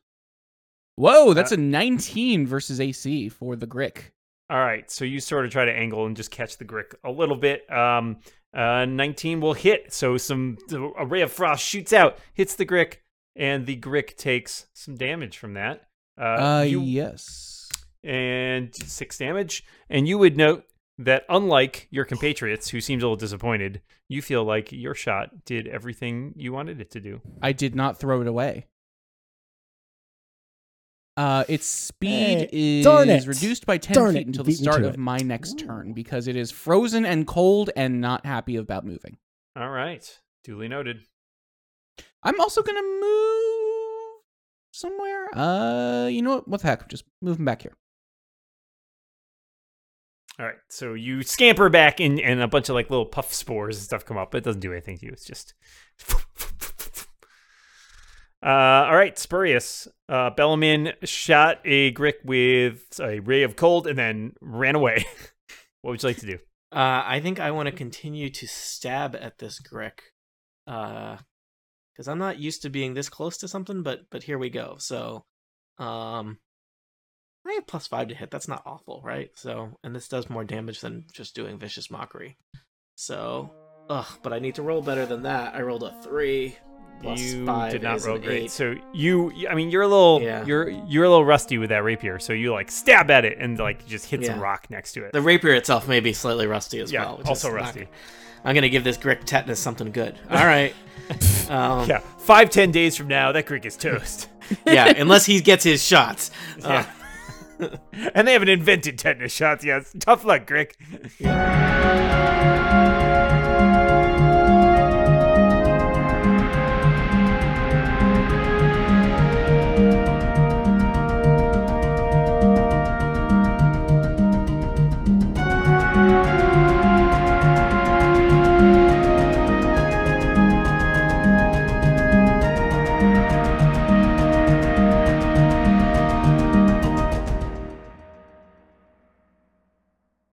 Whoa, that's a 19 versus AC for the Grick.
all right so you sort of try to angle and just catch the grick a little bit um uh 19 will hit so some a ray of frost shoots out hits the grick and the grick takes some damage from that
Uh,
you
yes.
and six damage. And you would note that unlike your compatriots who seemed a little disappointed, you feel like your shot did everything you wanted it to do.
I did not throw it away. Uh, its speed
Eh,
is
darn it.
reduced by 10
Darn
feet
it,
until
you
the
beat me
start
to
of
it.
my next turn because it is frozen and cold and not happy about moving.
All right. Duly noted.
I'm also going to move somewhere. Uh, you know what? What the heck? Just move him back here.
All right. So you scamper back and, and a bunch of like little puff spores and stuff come up, but it doesn't do anything to you. It's just. Uh, all right, Spurious. Uh, Bellamin shot a Grick with a ray of cold and then ran away. what would you like to do?
Uh, I think I want
Mm-hmm.
to continue to stab at this Grick, because I'm not used to being this close to something. But but here we go. So, um, I have plus five to hit. That's not awful, right? So, and this does more damage than just doing vicious mockery. So, ugh. But I need to roll better than that. I rolled a three. Plus
you
five
did not
is
roll
an
great.
eight.
So you, I mean, you're a little,
Yeah.
you're you're a little rusty with that rapier. So you like stab at it and like just hit some
Yeah.
rock next to it.
The rapier itself may be slightly rusty as
yeah,
well. which is
also
not-
rusty.
I'm gonna give this Grick tetanus something good. All right. um,
Yeah, five ten days from now, that creek is toast.
yeah, unless he gets his shots. Uh,
and they haven't invented tetanus shots yet. Tough luck, Grick.